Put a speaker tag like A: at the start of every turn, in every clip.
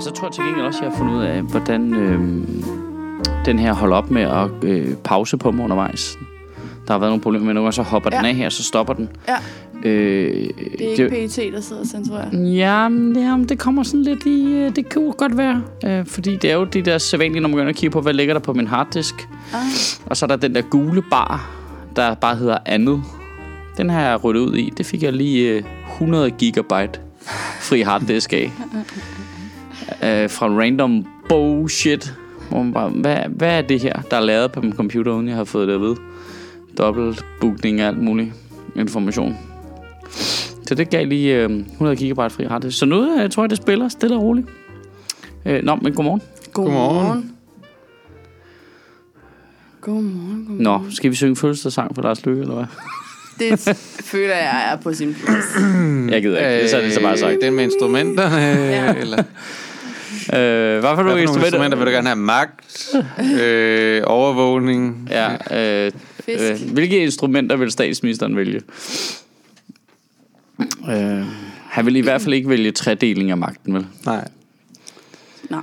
A: så tror jeg til gengæld også, at jeg har fundet ud af, hvordan øh, den her holder op med at øh, pause på mig undervejs. Der har været nogle problemer med, nogle gange så hopper ja. den
B: Ja.
A: af her, så stopper den.
B: Ja.
A: Øh,
B: Det er ikke PET, der sidder og censurerer.
A: Mm. Jamen, jamen, det kommer sådan lidt i... øh, Det kunne godt være. Øh, fordi det er jo det der sædvanlige, når man begynder at kigge på, hvad ligger der på min harddisk.
B: Ah.
A: Og så er der den der gule bar, der bare hedder andet. Den har jeg ryddet ud i. Det fik jeg lige øh, 100 gigabyte fri harddisk af. øh, fra random bullshit. Hvor man bare, hvad, hvad er det her, der er lavet på min computer, uden jeg har fået det at vide? Dobbeltbookning og alt muligt information. Så det gav lige øh, 100 gigabyte fri harddisk. Så nu øh, tror jeg, det spiller stille og roligt. Øh, nå, men godmorgen.
B: Godmorgen. Godmorgen. godmorgen.
A: Nå, skal vi synge fødselsdagssang for Lars Løkke, eller hvad?
B: Det føler jeg er på sin plads.
C: Hmm.
A: Jeg gider ikke. Så er det så bare sagt.
C: Den Øh, med instrumenterne,
B: Ja.
C: ja. eller...
A: Øh, hvad for
C: Hvad
A: nogle
C: for nogle instrumenter
A: instrumenter?
C: vil du gerne have? Magt, øh, overvågning.
A: Ja, øh,
B: Fisk.
A: øh, hvilke instrumenter vil statsministeren vælge? Øh, han vil i hvert fald ikke vælge tredeling af magten, vel?
C: Nej.
B: Nej.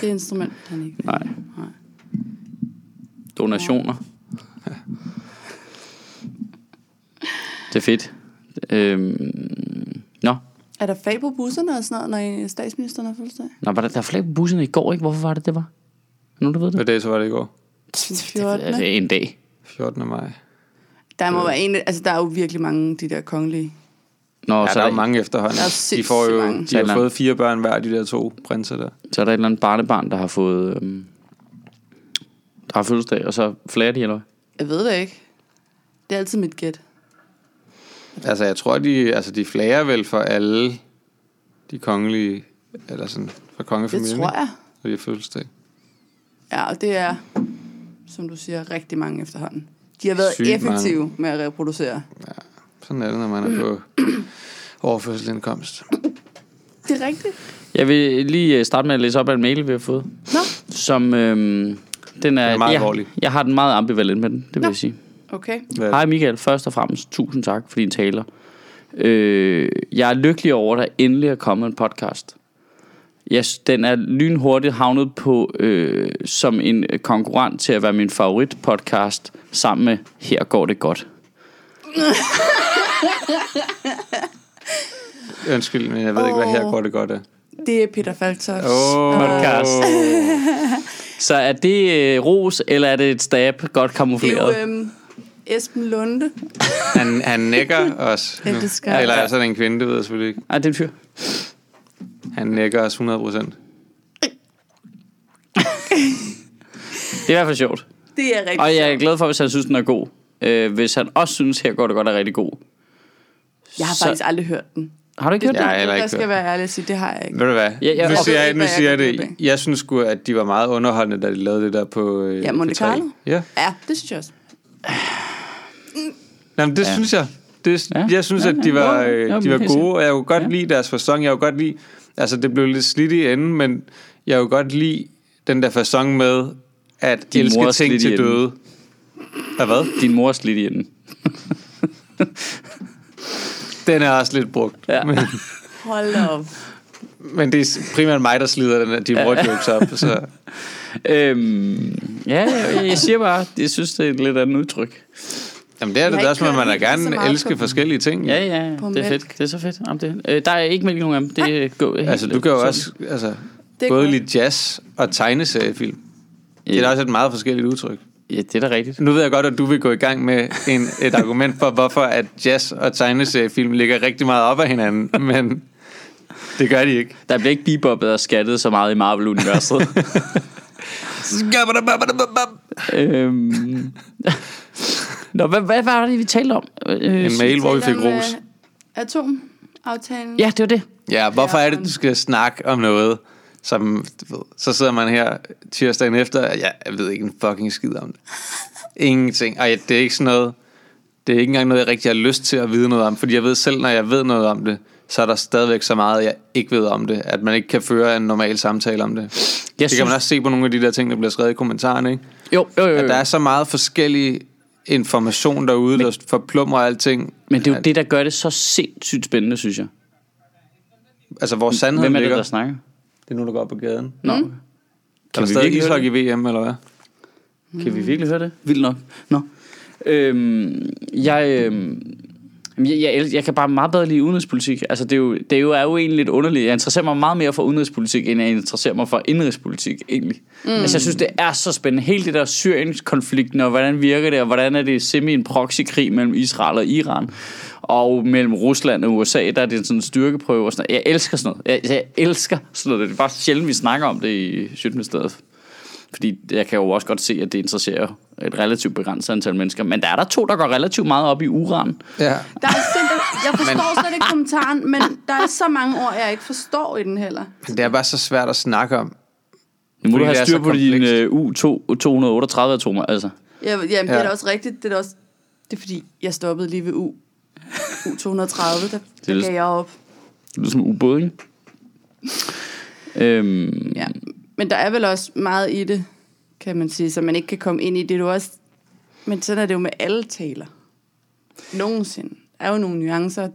B: Det er instrument, han ikke vil.
A: Nej. Donationer. Det er fedt. Øh, nå,
B: Er der fag på busserne og sådan noget, når statsministeren er fødselsdag?
A: nå var der, der flag på busserne i går, ikke? Hvorfor var det, det var? Nu du ved
C: Hvad
A: det.
C: dag så var det i går?
B: Den
A: Altså,
B: 14.
A: en dag.
C: 14. maj.
B: Der må være en, altså der er jo virkelig mange af de der kongelige.
A: Nå,
C: Og ja,
A: så,
C: der er jo
A: der,
C: mange efterhånden.
B: Der er
C: De,
B: sindssygt
C: får jo,
B: mange.
C: de har
A: Sådan.
C: jo fået fire børn hver, de der to prinser der.
A: så er der et eller andet barnebarn, der har fået... Øh, der har fødselsdag, og så flager de, eller hvad?
B: Jeg ved det ikke. Det er altid mit gæt.
C: Altså, jeg tror, de, altså, de flager vel for alle de kongelige, eller sådan, for
B: Det
C: kongefamilien.
B: tror jeg.
C: ikke? Når de har fødselsdag.
B: Ja, og det er, som du siger, rigtig mange efterhånden. De har været
C: Sygt
B: Sygt effektive mange. med at reproducere.
C: Sådan er det, når man er på overførselindkomst.
B: Det er rigtigt.
A: Jeg vil lige øh, starte med at læse op af en mail, vi har fået.
B: Nå.
A: Som, øhm, den er,
C: er meget
A: jeg,
C: alvorlig.
A: jeg har den meget ambivalent med den, det vil
B: Nå.
A: jeg sige.
B: Okay.
C: Hvad?
A: Hej Michael, først og fremmest tusind tak for dine taler. Øh, jeg er lykkelig over, at der endelig er kommet en podcast. Yes, den er lynhurtigt havnet på øh, som en konkurrent til at være min favorit podcast sammen med Her går det godt.
C: Undskyld, men jeg ved ikke, hvad her
B: Åh.
C: går det godt af.
B: Det er Peter Falktoft.
C: Åh.
A: Podcast. Så er det øh, ros, eller er det et stab godt
B: Det er
A: kamufleret?
B: jo øhm, Esben Lunde.
C: Han, han nækker os nu.
B: Ja, det skal-
C: Eller altså, det er en kvinde, det ved jeg selvfølgelig ikke.
A: Ej, det er en fyr.
C: Han nækker os 100 procent.
A: Det er i hvert fald sjovt.
B: Det er rigtigt.
A: Og jeg er glad for, hvis han synes, den er god. Øh, hvis han også synes, her går det godt er rigtig god.
B: jeg har
A: så-
B: faktisk aldrig hørt den.
A: Har du ikke hørt
C: Ja,
A: det?
C: jeg har heller
B: Jeg
C: ikke
B: skal
C: hørt.
B: være ærlig og sige, det har jeg ikke.
C: Ved du hvad?
A: Ja, ja,
C: nu
A: og-
C: siger
B: Jeg
C: jeg,
B: ved
C: nu
B: ikke,
C: siger jeg
B: hvad jeg
C: det. Jeg synes sgu, at de var meget underholdende, da de lavede det der på øh,
B: Ja, Monte
C: på tre.
B: Carlo.
C: Ja,
B: Ja, det synes jeg også.
C: Jamen, det ja. synes jeg. Det,
A: Ja.
C: ja. Jeg synes,
A: Ja,
C: at
A: ja.
C: de var,
A: Jo, jo,
C: øh, de
A: men
C: var
A: helt sikkert.
C: gode, og jeg kunne godt
A: Ja.
C: ja. lide deres fasong. Jeg kunne godt lide... Altså, det blev lidt slidt i enden, men jeg kunne godt lide den der fasong med at
A: Din
C: de elske
A: mors
C: ting
A: slidt i
C: til
A: enden.
C: døde. Ja, hvad?
A: Din mor er slidt i den.
C: Den er også lidt brugt.
A: Ja.
C: Men,
B: Hold da op.
C: men det er primært mig, der slider den, de mor jokes op. Så.
A: Øhm, ja, jeg, jeg siger bare, jeg synes, det er et lidt andet udtryk.
C: Jamen, det er
B: Jeg
C: det
B: har
C: også,
B: ikke
C: men man er
B: kørt lige så
C: gerne
B: meget på
C: elske
B: den.
C: forskellige ting.
A: Ja, ja,
B: På
A: det er
B: mælk.
A: fedt. Det er så fedt. Om det. Øh, der er ikke mælk i nogen af dem. Det er gået helt
C: Altså, du kan jo også altså,
B: Det er
C: både
B: godt.
C: lide jazz og tegneseriefilm. Det er da også et meget forskelligt udtryk.
A: Ja, det er da rigtigt.
C: Nu ved jeg godt, at du vil gå i gang med en, et argument for, hvorfor at jazz og tegneseriefilm ligger rigtig meget op af hinanden, men det gør de ikke.
A: Der bliver ikke beboppet og skattet så meget i Marvel-universet. øhm. Nå, hvad, hvad, hvad var det, vi talte om? Øh,
C: En mail, hvor vi fik
B: Taler om,
C: ros.
B: øh, Atomaftalen.
A: Ja, det var det.
C: Ja, hvorfor er det, du skal snakke om noget, som, du ved, så sidder man her tirsdagen efter, og jeg ved ikke en fucking skid om det. Ingenting. Og jeg- det er ikke sådan noget, det er ikke engang noget, jeg rigtig har lyst til at vide noget om, fordi jeg ved selv, når jeg ved noget om det, så er der stadigvæk så meget, jeg ikke ved om det, at man ikke kan føre en normal samtale om det. Jeg det synes...
A: synes- Øh.
C: kan man også se på nogle af de der ting, der bliver skrevet i kommentarerne, ikke?
A: Jo, jo, jo. jo.
C: At der er så meget forskellige information derude, men, der forplumrer alting.
A: Men det er jo
C: At-
A: det, der gør det så sindssygt spændende, synes jeg.
C: Altså, hvor sandheden
A: Hvem er det,
C: ligger.
A: der snakker?
C: Det er nu, der går op på gaden.
A: Nå. Mm.
C: Kan er der stadig ishockey i VM, eller hvad?
A: Kan vi virkelig høre det? Vildt nok. Nå. Øhm, jeg, øhm, jeg, jeg, el- jeg kan bare meget bedre lide udenrigspolitik. Altså, det er jo, det er jo, er jo egentlig lidt underligt. Jeg interesserer mig meget mere for udenrigspolitik, end jeg interesserer mig for indrigspolitik, egentlig. Mm. Altså, jeg synes, det er så spændende. Hele det der Syrienskonflikten, og hvordan virker det, og hvordan er det semi en proxykrig mellem Israel og Iran, og mellem Rusland og USA, der er det sådan en styrkeprøve og sådan noget. Jeg elsker sådan noget. Jeg, jeg elsker sådan noget. Det er bare sjældent, vi snakker om det i Sjøtministeriet. Fordi jeg kan jo også godt se, at det interesserer et relativt begrænset antal mennesker. Men der er der to, der går relativt meget op i uran.
C: Ja.
B: Der er simpelthen, jeg forstår slet ikke kommentaren, men der er så mange ord, jeg ikke forstår i den heller.
C: Men det er bare så svært at snakke om.
A: Nu må
C: Fordi
A: du
C: det
A: have
C: er
A: styr
C: så
A: på
C: komplekst.
A: dine uh, U-238-atomer, altså.
B: Ja, jamen, ja. det
C: Ja.
B: er da også rigtigt. Det er, da også, det er fordi, jeg stoppede lige ved U. U230, der,
A: er
B: der
A: lidt-
B: gav jeg op.
A: Det lyder som ubåde, ikke? Øhm,
B: Ja. Men der er vel også meget i det, kan man sige, så man ikke kan komme ind i det. Du også... Men sådan er det jo med alle taler. Nogensinde. Der er jo nogle nuancer.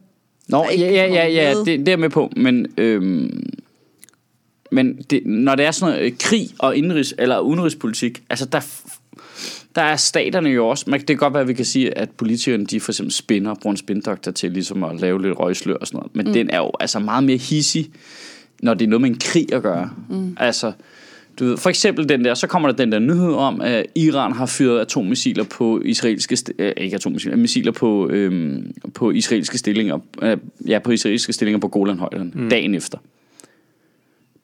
A: Nå,
B: Der er
A: ja,
B: ikke
A: ja, ja,
B: nogen
A: ja
B: ved.
A: det, det er jeg med på, men, øhm, men det, når det er sådan noget øh, krig og indrigs, eller udenrigspolitik, altså der, f- der er staterne jo også, man, det kan godt være, at vi kan sige, at politikerne, de for eksempel spinder, bruger en spindoktor til ligesom at lave lidt røgslør og sådan noget, men mm. den er jo altså meget mere hissig, når det er noget med en krig at gøre. Mm. Altså, du ved, for eksempel den der, så kommer der den der nyhed om, at Iran har fyret atommissiler på israelske, st- øh, ikke atommissiler, missiler på, øhm, på israelske stillinger, øh, ja, på israelske stillinger på Golanhøjderne, mm. dagen efter.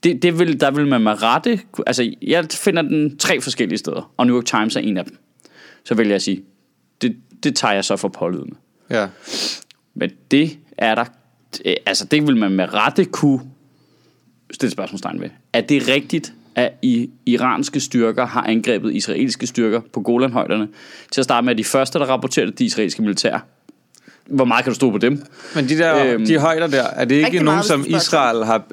A: Det, det vil, der vil man med rette, ku- altså jeg finder den tre forskellige steder, og New York Times er en af dem. Så vil jeg sige, det, det tager jeg så for pålydende.
C: Ja.
A: Men det er der, det- altså det vil man med rette kunne stille spørgsmålstegn ved. Er det rigtigt, at i iranske styrker har angrebet israelske styrker på Golanhøjderne? Til at starte med, at de første, der rapporterede de israelske militær. Hvor meget kan du stå på dem?
C: Men de der
A: Øhm,
C: øhm, de højder der, er det ikke
B: rigtig
C: nogen,
B: meget,
C: som
B: hvis du spørger
C: Israel har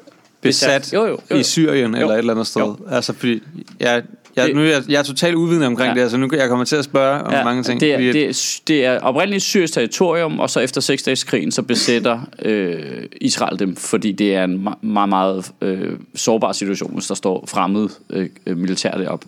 C: besat jo, jo, jo, jo. i Syrien jo. eller et eller andet sted? Jo. Altså, fordi jeg, jeg,
A: Det-
C: nu er jeg, jeg er totalt uvidende omkring
A: Ja.
C: ja. det, altså nu kan jeg komme til at spørge om ja, mange ting.
A: Det er,
C: fordi at-
A: det, er, det er oprindeligt syrisk territorium, og så efter seksdageskrigen, så besætter øh, Israel dem, fordi det er en me- meget, meget øh, sårbar situation, hvis der står fremmed øh, øh, militær deroppe.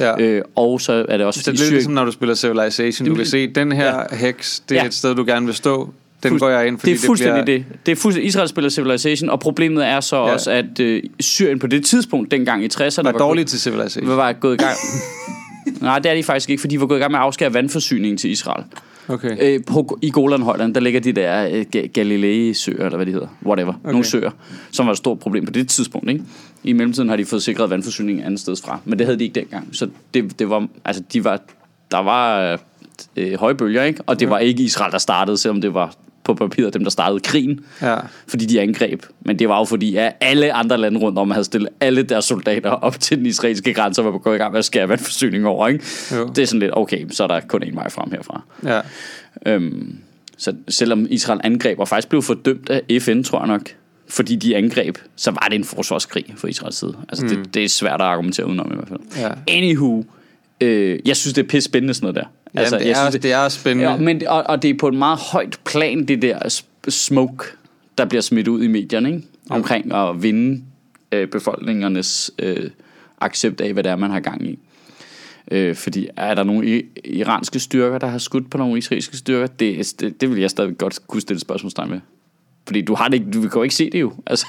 C: Ja.
A: Øh, og så er det også
C: Så det
A: fordi
C: er lidt
A: Syrien...
C: ligesom, når du spiller Civilization. Du kan se, den her ja. heks, det er
A: Ja.
C: et sted, du gerne vil stå. Den
A: Fuldst-
C: går jeg ind, fordi
A: det er fuldstændig
C: bliver...
A: det. Det er fuldstændig Israel spiller Civilization, og problemet er så ja.
C: Ja.
A: også, at øh, Syrien på det tidspunkt, dengang i 60'erne,
C: var dårligt
A: gået-
C: til Civilization.
A: var gået i gang... Nej, det er de faktisk ikke, for de var gået i gang med at afskære vandforsyningen til Israel.
C: Okay.
A: Øh, på, I Golanhøjderne, der ligger de der øh, Ga- Galilei-søer, eller hvad de hedder, whatever, okay. nogle søer, som var et stort problem på det tidspunkt. Ikke? I mellemtiden har de fået sikret vandforsyning andet sted fra, men det havde de ikke dengang. Så det, det var, altså, de var, der var øh, øh, højbølger, ikke? og det var ikke Israel, der startede, selvom det var på papiret dem, der startede krigen,
C: Ja.
A: fordi de angreb. Men det var jo fordi, at alle andre lande rundt om havde stillet alle deres soldater op til den israelske grænse, og var gået i gang med at skære vandforsyning over. Ikke?
C: Jo.
A: Det er sådan lidt, okay, så er der kun en vej frem herfra.
C: Ja.
A: Øhm, så selvom Israel angreb og faktisk blev fordømt af FN, tror jeg nok, fordi de angreb, så var det en forsvarskrig fra Israels side. Altså mm. det, det er svært at argumentere udenom i hvert fald.
C: Ja.
A: Anywho, øh, jeg synes, det er pisse spændende sådan noget der.
C: Altså, det,
A: jeg
C: er,
A: synes,
C: også, det er også spændende.
A: Ja, men, og, og det er på et meget højt plan, det der sp- smoke, der bliver smidt ud i medierne, ikke? omkring at vinde øh, befolkningernes øh, accept af, hvad det er, man har gang i. Øh, fordi er der nogle i- iranske styrker, der har skudt på nogle israelske styrker? Det, det, det vil jeg stadig godt kunne stille spørgsmålstegn med. Fordi du har det ikke, du kan jo ikke se det jo. Altså,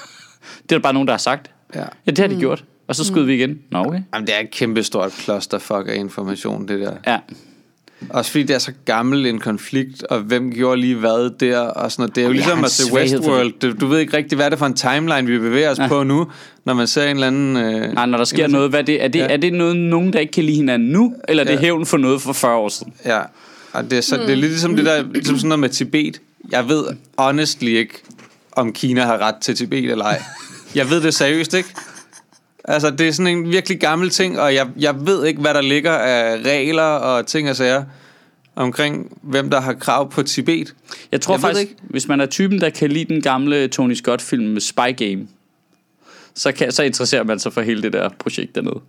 A: det er der bare nogen, der har sagt.
C: Ja.
A: ja det har de gjort. Og så skød mm. vi igen. Nå, okay.
C: Jamen, det er et kæmpe stort clusterfuck af information, det der.
A: Ja.
C: Også fordi det er så gammel en konflikt, og hvem gjorde lige hvad der, og sådan noget. Det er jo
A: Og jeg har
C: ligesom
A: en
C: at se
A: svaghed for det.
C: Westworld. Du, du ved ikke rigtig, hvad er det for en timeline, vi bevæger os ja. på nu, når man ser en eller anden... Øh,
A: Nej, når der sker noget, hvad er det, er det, ja.
C: Ja.
A: er det noget, nogen, der ikke kan lide hinanden nu, eller er det
C: Ja.
A: hævn for noget for 40 år siden?
C: Ja, og det er, så, det er lidt ligesom det der, ligesom sådan noget med Tibet. Jeg ved honestly ikke, om Kina har ret til Tibet eller ej. Jeg ved det seriøst ikke. Altså, det er sådan en virkelig gammel ting, og jeg, jeg ved ikke, hvad der ligger af regler og ting og sager omkring, hvem der har krav på Tibet.
A: Jeg tror
C: Jeg
A: jeg
C: ved
A: faktisk,
C: det
A: hvis man er typen, der kan lide den gamle Tony Scott-film med Spy Game, så, kan, så interesserer man sig for hele det der projekt dernede.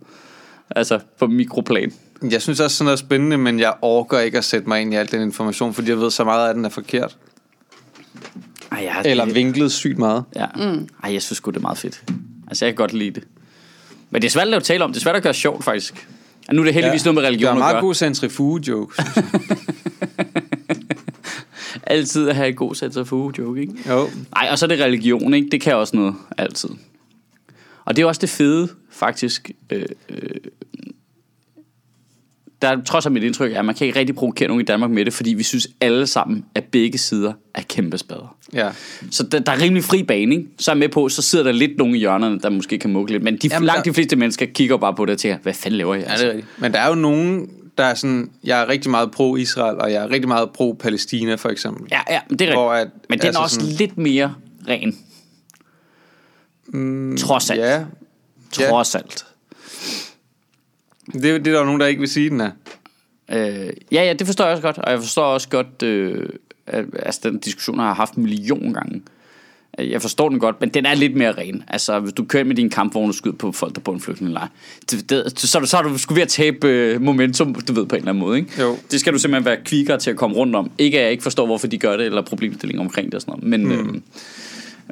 A: Altså på mikroplan.
C: Jeg synes også sådan noget er spændende, men jeg orker ikke at sætte mig ind i al den information, fordi jeg ved så meget af den er forkert.
A: Ej, jeg,
C: Eller vinklet sygt meget.
A: Ja. Mm. Ej, jeg synes sgu, det er meget fedt. Altså, jeg kan godt lide det. Men det er svært at lave tale om. Det er svært at gøre sjovt, faktisk. Og nu er det heldigvis ja. noget med religion
C: Der er
A: at
C: meget
A: gøre.
C: gode centrifuge-jokes.
A: Altid at have et god sats for joke, ikke?
C: jo.
A: Nej, og så er det religion, ikke? Det kan også noget, altid. Og det er jo også det fede, faktisk. Øh, øh, der er trods alt mit indtryk, er, at man kan ikke rigtig provokere nogen i Danmark med det, fordi vi synes alle sammen, at begge sider er kæmpe spader.
C: Ja.
A: Så der, der er rimelig fri bane, ikke? Så er jeg med på, så sidder der lidt nogen i hjørnerne, der måske kan mukke lidt. Men de,
C: Jamen,
A: Jamen, langt
C: der-
A: de fleste mennesker kigger bare på det og tænker, hvad fanden laver jeg?
C: Ja, det er rigtigt. Men der er jo nogen, der er sådan, jeg er rigtig meget pro-Israel, og jeg er rigtig meget pro-Palæstina, for eksempel.
A: ja, ja men det er rigtigt.
C: Hvor at-
A: men den
C: altså
A: er også
C: sådan-
A: sådan... lidt mere ren. Mm, trods alt.
C: Ja, ja.
A: Trods alt.
C: det er jo det, er der jo nogen, der ikke vil sige, den er.
A: Øh, ja, ja, det forstår jeg også godt, og jeg forstår også godt, øh, at, altså den diskussion har jeg haft en million gange. Øh, Jeg forstår den godt, men den er lidt mere ren. Altså, hvis du kører ind med din kampvogn og skyder på folk, der bor i en flygtningelejr, det- det- så, er du- så er du sgu ved at tabe øh, momentum, du ved, på en eller anden måde. Ikke?
C: Jo.
A: Det skal du simpelthen være kvikkere til at komme rundt om. Ikke at jeg ikke forstår, hvorfor de gør det, eller problemstillinger omkring det og sådan noget. Men, mm. øh,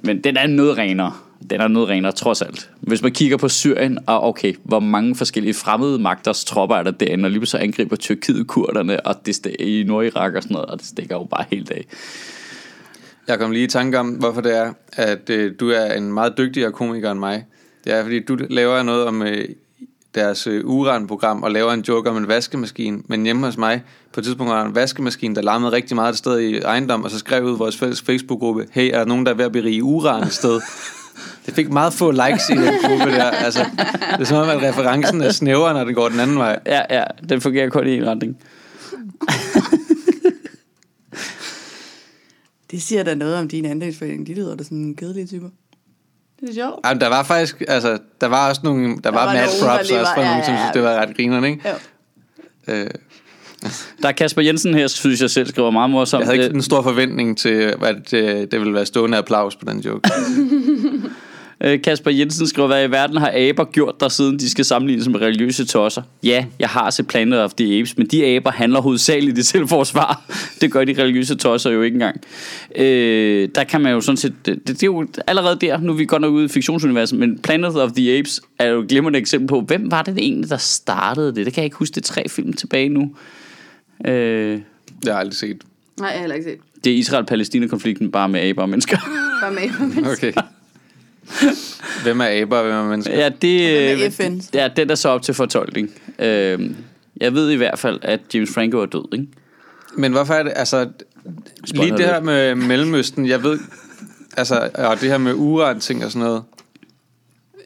A: men den er noget renere. Den er noget renere, trods alt. Hvis man kigger på Syrien, og okay, hvor mange forskellige fremmede magters tropper er der derinde, og lige så angriber Tyrkiet kurderne, og det st- i Nordirak og sådan noget, og det stikker jo bare helt af.
C: Jeg kom lige i tanke om, hvorfor det er, at øh, du er en meget dygtigere komiker end mig. Det er, fordi du laver noget om øh, deres øh, uranprogram og laver en joke om en vaskemaskine. Men hjemme hos mig, på et tidspunkt var der en vaskemaskine, der larmede rigtig meget et sted i ejendom, og så skrev jeg ud i vores fælles Facebook-gruppe, hey, er der nogen, der er ved at berige uran et sted? Det fik meget få likes i den gruppe der. Altså, det er som om, at referencen er snævere, når det går den anden vej.
A: Ja, ja, den fungerer kun i en retning.
B: Det siger da noget om din andelsforening. De lyder da som nogle kedelige typer. Det er sjovt.
C: Jamen, der var faktisk, altså, der var også nogle, der, der var,
B: var
C: var mad
B: nogen, der
C: props
B: lige
C: også
B: var-
C: for ja,
B: ja,
C: nogen, som
B: ja,
C: synes, det var ret grinerne, ikke?
B: Ja.
C: Øh,
A: Der er Kasper Jensen her, synes jeg selv skriver meget morsomt.
C: Jeg havde ikke
A: Øh,
C: den store forventning til, at øh, det ville være stående applaus på den joke.
A: Øh, Kasper Jensen skriver, hvad i verden har aber gjort der siden de skal sammenlignes med religiøse tosser? Ja, jeg har set Planet of the Apes, men de aber handler hovedsageligt i selvforsvar. Det gør de religiøse tosser jo ikke engang. Øh, der kan man jo sådan set, det, det er jo allerede der, nu er vi godt nok ude i fiktionsuniverset, men Planet of the Apes er jo et glimrende eksempel på, hvem var det egentlig, der startede det? Det kan jeg ikke huske, det er tre film tilbage nu. Øh,
C: Det har jeg aldrig set.
B: Nej, jeg har heller ikke set.
A: det er Israel-Palæstina-konflikten, bare med aber og mennesker.
B: Bare med. Okay.
C: Okay. Hvem er aber, og hvem er mennesker?
A: Ja, det, øh,
B: Hvem er FN?
A: ja, den er så op til fortolkning. Øhm, jeg ved i hvert fald, at James Franco er død, ikke?
C: Men hvorfor er det, altså... Lige det her med Mellemøsten, jeg ved... Altså, og det her med uran-ting og sådan noget.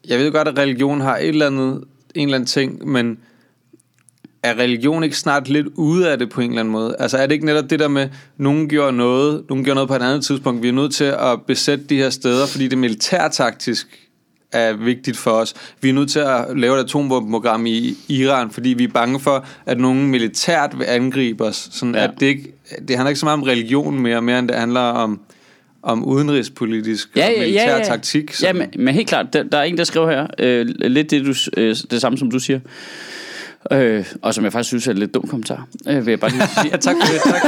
C: Jeg ved godt, at religion har et eller andet, en eller anden ting, men er religion ikke snart lidt ude af det på en eller anden måde? Altså er det ikke netop det der med, nogen gjorde noget, nogen gjorde noget på et andet tidspunkt, vi er nødt til at besætte de her steder, fordi det militærtaktisk er vigtigt for os. Vi er nødt til at lave et atomvåbenprogram i Iran, fordi vi er bange for, at nogen militært vil angribe os. Sådan
A: Ja.
C: ja. at det, ikke, det handler ikke så meget om religion mere, mere end det handler om, om udenrigspolitisk og militær taktik.
A: Ja,
C: sådan.
A: men, men helt klart, der, der er en, der skriver her, øh, lidt det, du, s- øh, det samme, som du siger. Øh, og som jeg faktisk synes er et lidt dum kommentar, øh, vil jeg bare lige sige.
C: tak for det, tak.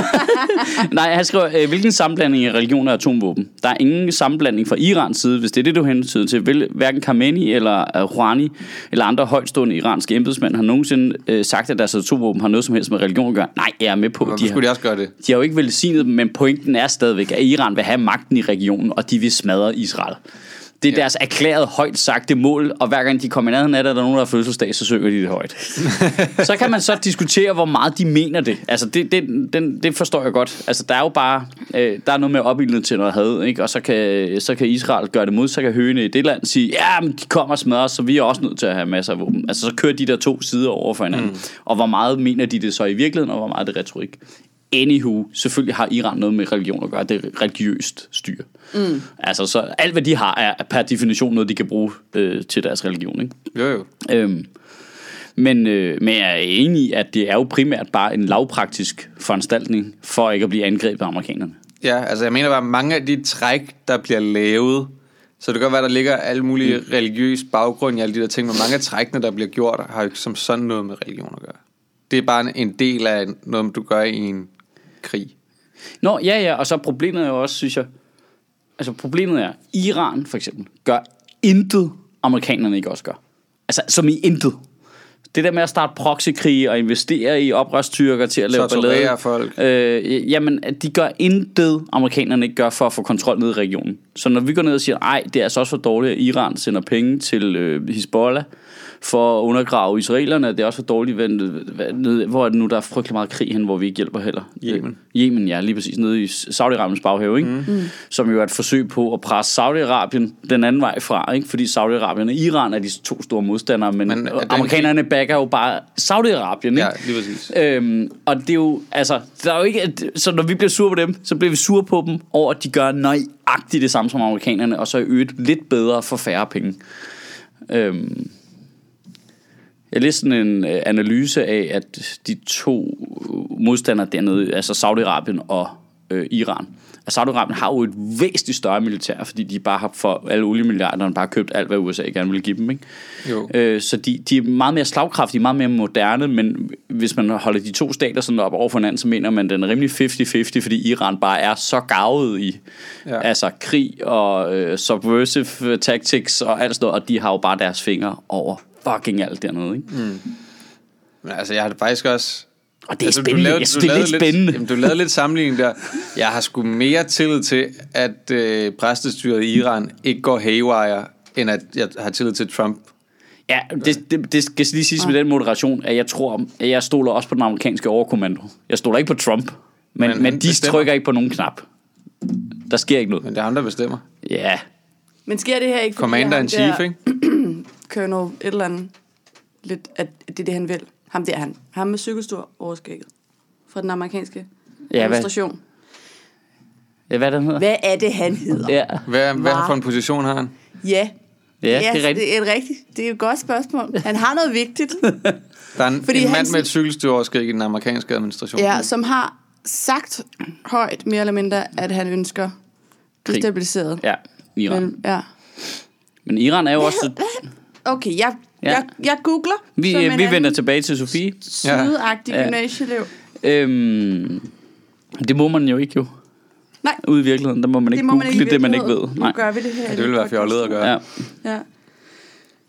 A: Nej, han skriver, øh, hvilken sammenblanding af religion og atomvåben? Der er ingen sammenblanding fra Irans side, hvis det er det, du hentyder til. Vel, hverken Khamenei eller øh, Rouhani eller andre højtstående iranske embedsmænd har nogensinde øh, sagt, at deres atomvåben har noget som helst med religion at gøre. Nej, jeg er med på,
C: Hvorfor
A: de har,
C: skulle de også gøre det?
A: de har jo ikke velsignet dem, men pointen er stadigvæk, at Iran vil have magten i regionen, og de vil smadre Israel. Det er deres erklæret højt sagte mål, og hver gang de kommer i nærheden af det, er der nogen, der har fødselsdag, så synger de det højt. så kan man så diskutere, hvor meget de mener det. Altså, det, det, den, det forstår jeg godt. Altså, der er jo bare øh, der er noget med opildnet til noget had, ikke? og så kan, så kan Israel gøre det mod, så kan høne i det land sige, ja, men de kommer og smadrer os, så vi er også nødt til at have masser af våben. Altså, så kører de der to sider over for hinanden. Mm. Og hvor meget mener de det så i virkeligheden, og hvor meget er det retorik? Anywho, selvfølgelig har Iran noget med religion at gøre. Det er religiøst styre. Mm. Altså, så alt hvad de har, er per definition noget, de kan bruge øh, til deres religion. Ikke?
C: Jo, jo.
A: Øhm, men, øh, men jeg er enig i, at det er jo primært bare en lavpraktisk foranstaltning for ikke at blive angrebet af amerikanerne.
C: Ja, altså jeg mener bare, mange af de træk, der bliver lavet, så det kan godt være, der ligger alle mulige mm. religiøse baggrund i alle de der ting, men mange af trækkene, der bliver gjort, har jo ikke som sådan noget med religion at gøre. Det er bare en- en del af noget, du gør i en krig.
A: Nå, ja, ja, og så problemet er jo også, synes jeg, altså problemet er, Iran for eksempel gør intet amerikanerne ikke også gør. Altså, som i intet. Det der med at starte proxykrig og investere i oprørstyrker til at lave
C: Torturere
A: ballade.
C: folk.
A: Øh, jamen, at de gør intet, amerikanerne ikke gør for at få kontrol ned i regionen. Så når vi går ned og siger, nej, det er altså også for dårligt, at Iran sender penge til øh, Hezbollah for at undergrave israelerne, det er også for dårligt, hvad, hvad, nede- hvor er det nu, der er frygtelig meget krig hen, hvor vi ikke hjælper heller.
C: Yemen.
A: Øh, Yemen, ja, lige præcis, nede i Saudi-Arabiens baghave, ikke? Mm. som jo er et forsøg på at presse Saudi-Arabien den anden vej fra, ikke? fordi Saudi-Arabien og Iran er de to store modstandere, men,
C: Men
A: men
C: er den-
A: amerikanerne backer jo bare Saudi-Arabien. Ikke?
C: Ja, lige præcis.
A: Øhm, og det er jo, altså, der er jo ikke, at, så når vi bliver sure på dem, så bliver vi sure på dem over, at de gør nøjagtigt det samme som amerikanerne, og så i øvrigt lidt bedre for færre penge. Øhm, jeg læste sådan en øh, analyse af, at de to øh, modstandere dernede, altså Saudi-Arabien og øh, Iran, at Saudi-Arabien har jo et væsentligt større militær, fordi de bare har for alle oliemilliarderne bare købt alt, hvad USA gerne vil give dem, ikke?
C: Jo.
A: Øh, så de, de er meget mere slagkraftige, meget mere moderne, men hvis man holder de to stater sådan op over for hinanden, så mener man, den er rimelig 50-50, fordi Iran bare er så gavet i
C: Ja.
A: ja. altså krig og øh, subversive tactics og alt sådan noget, og de har jo bare deres fingre over fucking alt dernede, ikke? Mm.
C: Men altså, jeg har det faktisk også... altså,
A: Og det er spændende. Jeg synes, det er lidt spændende.
C: Jamen, du lavede lidt sammenligning der. Jeg har sgu mere tillid til, at øh, præstestyret i Iran ikke går haywire, end at jeg har tillid til Trump.
A: Ja, det, det, det skal lige siges med den moderation, at jeg tror, at jeg stoler også på den amerikanske overkommando. Jeg stoler ikke på Trump, men,
C: Men
A: men,
C: han
A: men de
C: bestemmer.
A: trykker ikke på nogen knap. Der sker ikke noget.
C: Men det er ham, der bestemmer.
A: Ja,
B: Men sker det her ikke, fordi
C: Commander in
B: ham der
C: chief, ikke?
B: Colonel et eller andet, lidt, at det er det, han vil? Ham der han. Ham med cykelstor overskægget fra den amerikanske
A: hvad-
B: ja, administration.
A: ja hvad er det, han hedder?
B: Hvad er det, han hedder?
A: Ja.
C: Hvad, hvad
B: Hva?
C: for en position har han?
B: Ja.
A: Ja, det er rigtigt.
B: Det er, et rigtigt. det er et godt spørgsmål. Han har noget vigtigt,
C: Der er en,
B: Fordi
C: en mand
B: han-
C: med et cykelstyreoverskæg i den amerikanske administration.
B: ja, som har sagt højt, mere eller mindre, at han ønsker
A: Krig.
B: destabiliseret.
A: ja, Iran.
B: Men, ja.
A: Men Iran er jo også...
B: Okay, jeg,
A: Ja.
B: ja. jeg, jeg googler.
A: Vi,
B: som en
A: øh, vi
B: anden
A: vender tilbage til Sofie.
B: Sydagtig
A: Ja.
B: ja. gymnasieelev.
A: Øhm, det må man jo ikke jo.
B: Nej,
A: Ude i virkeligheden, der må man ikke
B: det må man
A: google
B: ikke i
A: det, man ikke ved.
B: virkeligheden.
A: Nej.
B: Nu gør vi det her.
C: Ja, det ville være fjollet at gøre.
A: Ja.
B: Ja.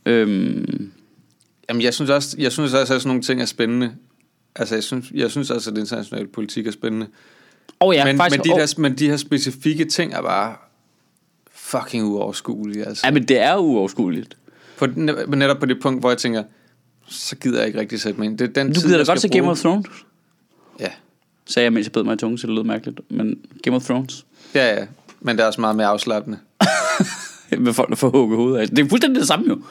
A: Øhm,
C: Jamen, jeg synes også, jeg synes også at sådan nogle ting er spændende. Altså, jeg synes, jeg synes også, at international politik er spændende.
A: og ja,
C: men,
A: faktisk,
C: men, de
A: og-
C: der, men de her specifikke ting er bare fucking uoverskuelige. Altså.
A: Ja, men det er uoverskueligt.
C: På, den- men netop på det punkt, hvor jeg tænker, så gider jeg ikke rigtig sætte mig ind. Det er den
A: Du
C: tid,
A: gider da
C: jeg
A: godt se
C: skal
A: Game
C: bruge.
A: of Thrones,
C: Ja.
A: sagde jeg, mens jeg bed mig i tungen, så det lød mærkeligt. Men Game of Thrones,
C: ja, ja. Men det er også meget mere afslappende.
A: hvad folk der får hugget hovedet af. Det er fuldstændig det samme jo.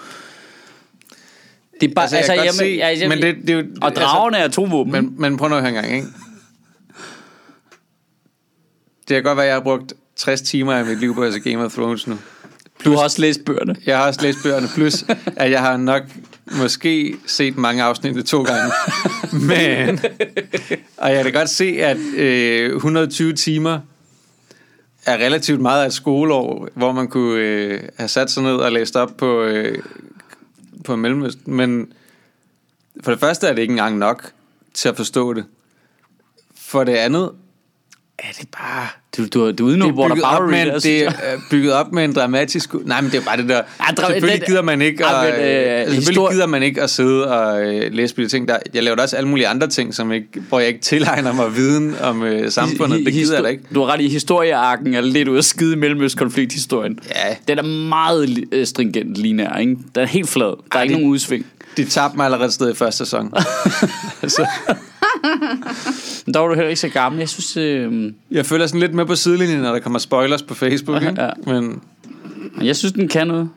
A: Det er bare,
C: Altså, jeg kan godt se, men det- det er jo- altså-
A: og dragerne er atomvåben. Men,
C: Men, men prøv nu at høre en gang, ikke? Det kan godt være, at jeg har brugt 60 timer af mit liv på at se Game of Thrones nu.
A: du har også læst bøgerne.
C: Jeg har også læst bøgerne, plus at jeg har nok måske set mange afsnit to gange. Men, og jeg kan godt se, at øh, 120 timer er relativt meget af et skoleår, hvor man kunne øh, have sat sig ned og læst op på, øh, på Mellemøsten. Men for det første er det ikke engang nok til at forstå det. For det andet er det bare...
A: Du, du, du er ude nu,
C: Det er,
A: hvor der
C: bygget
A: bare
C: op med, en-
A: er
C: det er øh, bygget op med en dramatisk... ud- Nej, men det er jo bare det der...
A: Ja, dra-
C: selvfølgelig
A: den-
C: gider man ikke
A: Ej,
C: at,
A: men, øh,
C: øh, selvfølgelig
A: histori-
C: gider man ikke at sidde og øh, læse på de ting der... Jeg laver da også alle mulige andre ting, som ikke, hvor jeg ikke tilegner mig viden om øh, samfundet. Det gider jeg da ikke.
A: Du har ret i, historiearken er lidt ude at skide i mellemøstkonflikthistorien.
C: Ja.
A: Den er meget øh, stringent linær, ikke? Den er helt flad. Der er ikke
C: det-
A: nogen udsving.
C: De tabte mig allerede et sted i første sæson. altså,
A: Men der var du heller ikke så gammel. Jeg synes, øh,
C: jeg føler sådan lidt med på sidelinjen, når der kommer spoilers på Facebook. Ikke?
A: Ja.
C: Men
A: jeg synes den kan noget.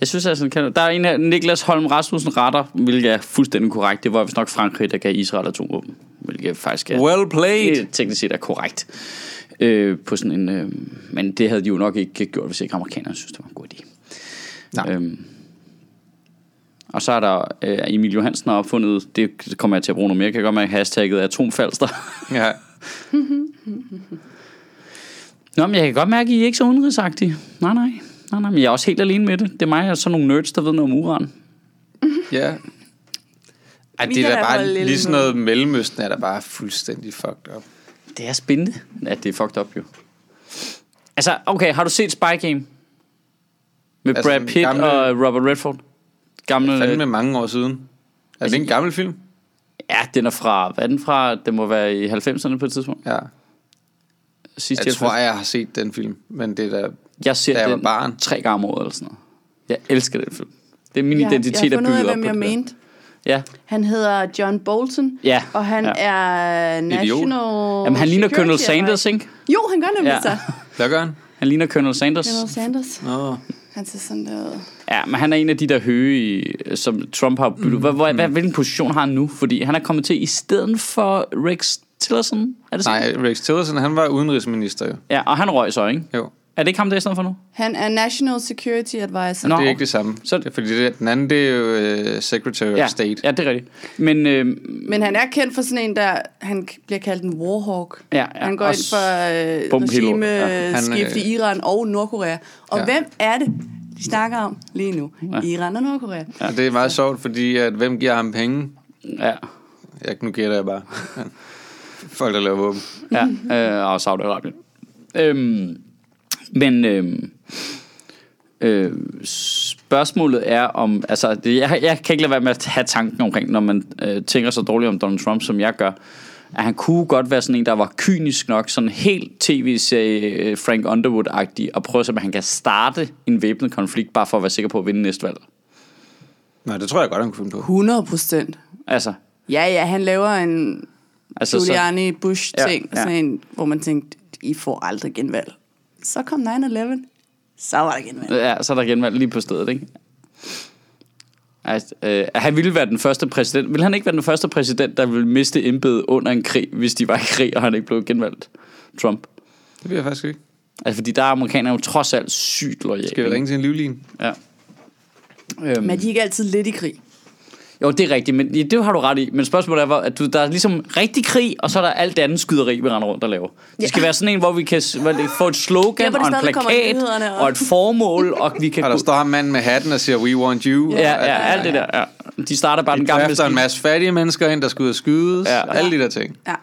A: Jeg synes altså, den kan noget. Der er en her, Niklas Holm Rasmussen retter, hvilket er fuldstændig korrekt. Det var vist nok Frankrig, der gav Israel atomvåben. Hvilket faktisk er...
C: well played!
A: øh, teknisk set er korrekt. Øh, på sådan en, øh, men det havde de jo nok ikke gjort, hvis ikke amerikanerne synes, det var en god idé.
C: Nej.
A: Øhm, og så er der øh, Emil Johansen har opfundet, det kommer jeg til at bruge noget mere, kan jeg godt mærke, hashtagget atomfalster.
C: Ja.
A: Nå, men jeg kan godt mærke, at I er ikke så udenrigsagtige. Nej, nej. Nej, nej, men jeg er også helt alene med det. Det er mig og sådan nogle nerds, der ved noget om uran.
C: Ja. Ej,
B: Vi
C: det er
B: kan
C: da
B: da
C: bare
B: holde lidt
C: lige sådan
B: med.
C: noget Mellemøsten er da bare fuldstændig fucked up.
A: Det er spændende, at det er fucked up jo. Altså, okay, har du set Spy Game? Med
C: Altså,
A: altså, Brad
C: den
A: Pitt
C: gamle-
A: gamle... og Robert Redford. Gamle,
C: Fandme mange år siden. Er det en
A: Altså-
C: gammel film?
A: ja, den er fra, hvad er den fra? Den må være i 90'erne på et tidspunkt.
C: Ja.
A: Sidst
C: Jeg tror, jeg har set den film, men det er da...
A: jeg ser
C: da jeg var
A: den
C: barn.
A: tre gange om året eller sådan noget. Jeg elsker den film. Det er min ja,
B: jeg har
A: identitet at
B: fundet ud
A: bygge
B: af,
A: op
B: hvem
A: på
B: jeg
A: det der.
B: mente.
A: Ja,
B: Han hedder John Bolton,
A: Ja,
B: og han
A: ja.
B: er national...
A: Jamen, han ligner
B: Security
A: Colonel
B: Advisor.
A: Sanders, ikke?
B: Jo, han gør nemlig
A: Ja.
B: ja. så.
C: Hvad gør han?
A: Han ligner Colonel Sanders.
B: Colonel Sanders.
C: Nå.
B: Han ser sådan der ud.
A: Ja, men han er en af de der høge, i- som Trump har byttet. Hvor, hvor,
C: Mm.
A: hvad, hvilken position har han nu? Fordi han er kommet til i stedet for Rex Tillerson. Er det sådan?
C: Nej, Rex Tillerson, han var udenrigsminister jo.
A: Ja, og han røg så, ikke?
C: Jo.
A: Er det ikke ham, der er i stedet for nu?
B: Han er National Security Advisor.
A: Nå.
C: Det er ikke det samme.
A: Så-
C: Så... Fordi det, den anden, det er jo uh, Secretary
A: Ja,
C: of State.
A: ja det er rigtigt. Men øh,
B: Men han er kendt for sådan en, der... Han k- bliver kaldt en warhawk.
A: Ja, ja,
B: han går
A: og
B: ind for øh,
A: bombe hele
B: regime
A: lortet.
C: Ja,
B: ja,
C: han,
B: skift i Iran og Nordkorea. Og
C: Ja.
B: ja. hvem er det, de snakker om lige nu? Ja. Iran og Nordkorea.
C: Ja. Og det er meget sjovt, fordi at, hvem giver ham penge?
A: ja,
C: Jeg, nu gætter jeg bare. Folk, der laver våben.
A: ja øh, og Saudi-Arabien. Øhm, men øhm, øh, spørgsmålet er om, altså det- jeg, jeg kan ikke lade være med at have tanken omkring, når man øh, tænker så dårligt om Donald Trump, som jeg gør, at han kunne godt være sådan en, der var kynisk nok, sådan helt tv-serie øh, Frank Underwood-agtig, og prøve at se, om han kan starte en væbnet konflikt, bare for at være sikker på at vinde næste valg.
C: Nej, det tror jeg godt, han kunne finde på.
B: 100 procent.
A: Altså,
B: Ja, ja, han laver en
A: altså så,
B: Giuliani-Bush-ting,
A: Ja, ja.
B: ja, ja. en, hvor man tænkte, I får aldrig genvalg. Så kom 9-11, så var der genvalg.
A: ja, så er der genvalg lige på stedet, ikke? Altså, øh, han ville være den første præsident. Ville han ikke være den første præsident, der ville miste embedet under en krig, hvis de var i krig, og han ikke blev genvalgt? Trump.
C: Det bliver jeg faktisk ikke.
A: Altså, fordi der er amerikanere jo trods alt sygt lojale.
C: Skal vi ringe til en livlin?
A: Ja. Øhm,
B: Men de er ikke altid lidt i krig.
A: jo, det er rigtigt, men ja, det har du ret i. Men spørgsmålet er, hvor- at du, der er ligesom rigtig krig, og så er der alt det andet skyderi, vi render rundt og laver. Det
B: Ja.
A: skal være sådan en, hvor vi kan s- hvor det- få et slogan
B: Ja, hvor det
A: og en
B: stadig kommer i
A: plakat
B: nyhederne og-
A: og et formål, og vi kan...
C: Og der
A: gå-
C: står ham manden med hatten og siger, we want you.
A: Ja, ja, alt det der. Ja. De starter bare den
C: Gamle
A: gamle
C: efter en
A: maskine.
C: masse fattige mennesker ind, der skulle ud og skydes.
A: Ja.
C: Ja. Alle de der ting.
B: Ja,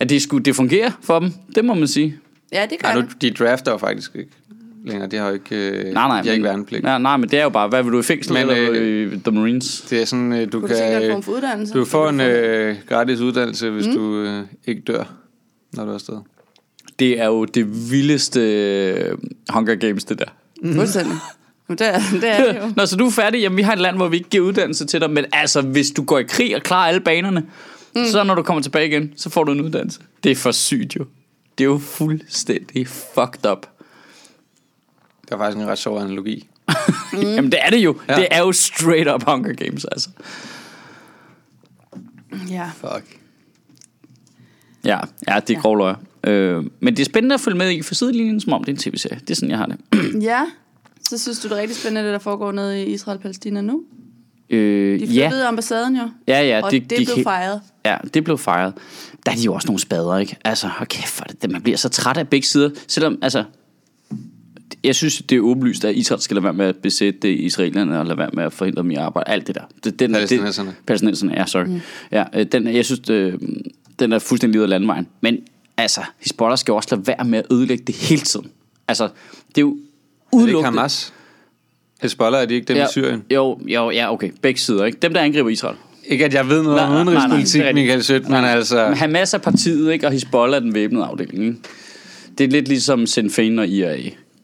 A: At det, skulle, det fungerer for dem, det må man sige.
B: ja det gør
C: Ja,
B: ja,
C: nu, de drafter jo faktisk ikke længere. De har jo ikke, øh,
A: Nej, nej.
C: de har ikke
A: men-
C: værnepligt.
A: Nej, nej, men det er jo bare, hvad vil du i fængsel
C: Men,
A: men, eller
C: øh,
A: øh, The Marines?
C: Det er sådan, øh, du
B: du tænke dig en form
C: kan...
B: for uddannelse?
C: Du får en øh, gratis uddannelse, hvis mm. du øh, ikke dør, når du er afsted.
A: Det er jo det vildeste øh, Hunger Games, det der.
B: Mm-hmm. Fuldstændig. Jamen, det, er, det er det jo.
A: Nå, så du er færdig? Jamen, vi har et land, hvor vi ikke giver uddannelse til dig, men altså, hvis du går i krig og klarer alle banerne, mm. så når du kommer tilbage igen, så får du en uddannelse. Det er for sygt jo. Det er jo fuldstændig fucked up.
C: Det er faktisk en ret sjov analogi.
A: Mm. Jamen, det er det jo.
C: Ja.
A: Ja. Det er jo straight up Hunger Games, altså.
B: Ja.
C: Fuck.
A: Ja, ja det er grov løg. Øh, men det er spændende at følge med i for sidelinjen, som om det er en tv-serie. Det er sådan, jeg har det.
B: ja, så synes du, det er rigtig spændende, det der foregår nede i Israel-Palæstina nu?
A: Øh,
B: De
A: ja,
B: flyttede ambassaden jo,
A: ja, ja,
B: og det, det blev
A: kan-
B: fejret.
A: Ja, det blev fejret. Der er de jo også nogle spader, ikke? Altså, hold kæft, for det, man bliver så træt af begge sider. Selvom, altså, jeg synes, det er åbenlyst, at Israel skal lade være med at besætte øh, israelerne, og lade være med at forhindre dem i at arbejde. Alt det der. Det, den,
C: Palæstinenserne.
A: Det, palæstinenserne, ja, sorry. Mm. Ja, øh, den, jeg synes, øh, den er fuldstændig ud af landvejen. Men altså, Hezbollah skal jo også lade være med at ødelægge det hele tiden. Altså, det er jo
C: Er det ikke
A: udelukkende...
C: Hamas? Hezbollah, er de ikke dem ja. i Syrien?
A: Jo, jo, ja, okay. Begge sider, ikke? Dem, der angriber Israel.
C: Ikke at jeg ved noget
A: Nej,
C: om
A: nej, nej, nej,
C: udenrigspolitik,
A: det er rigtigt.
C: Michael Sødt, men
A: Men
C: altså...
A: Hamas er partiet, ikke? Og Hezbollah er den væbnede afdeling, ikke? Det er lidt ligesom Sinn Féin og IRA,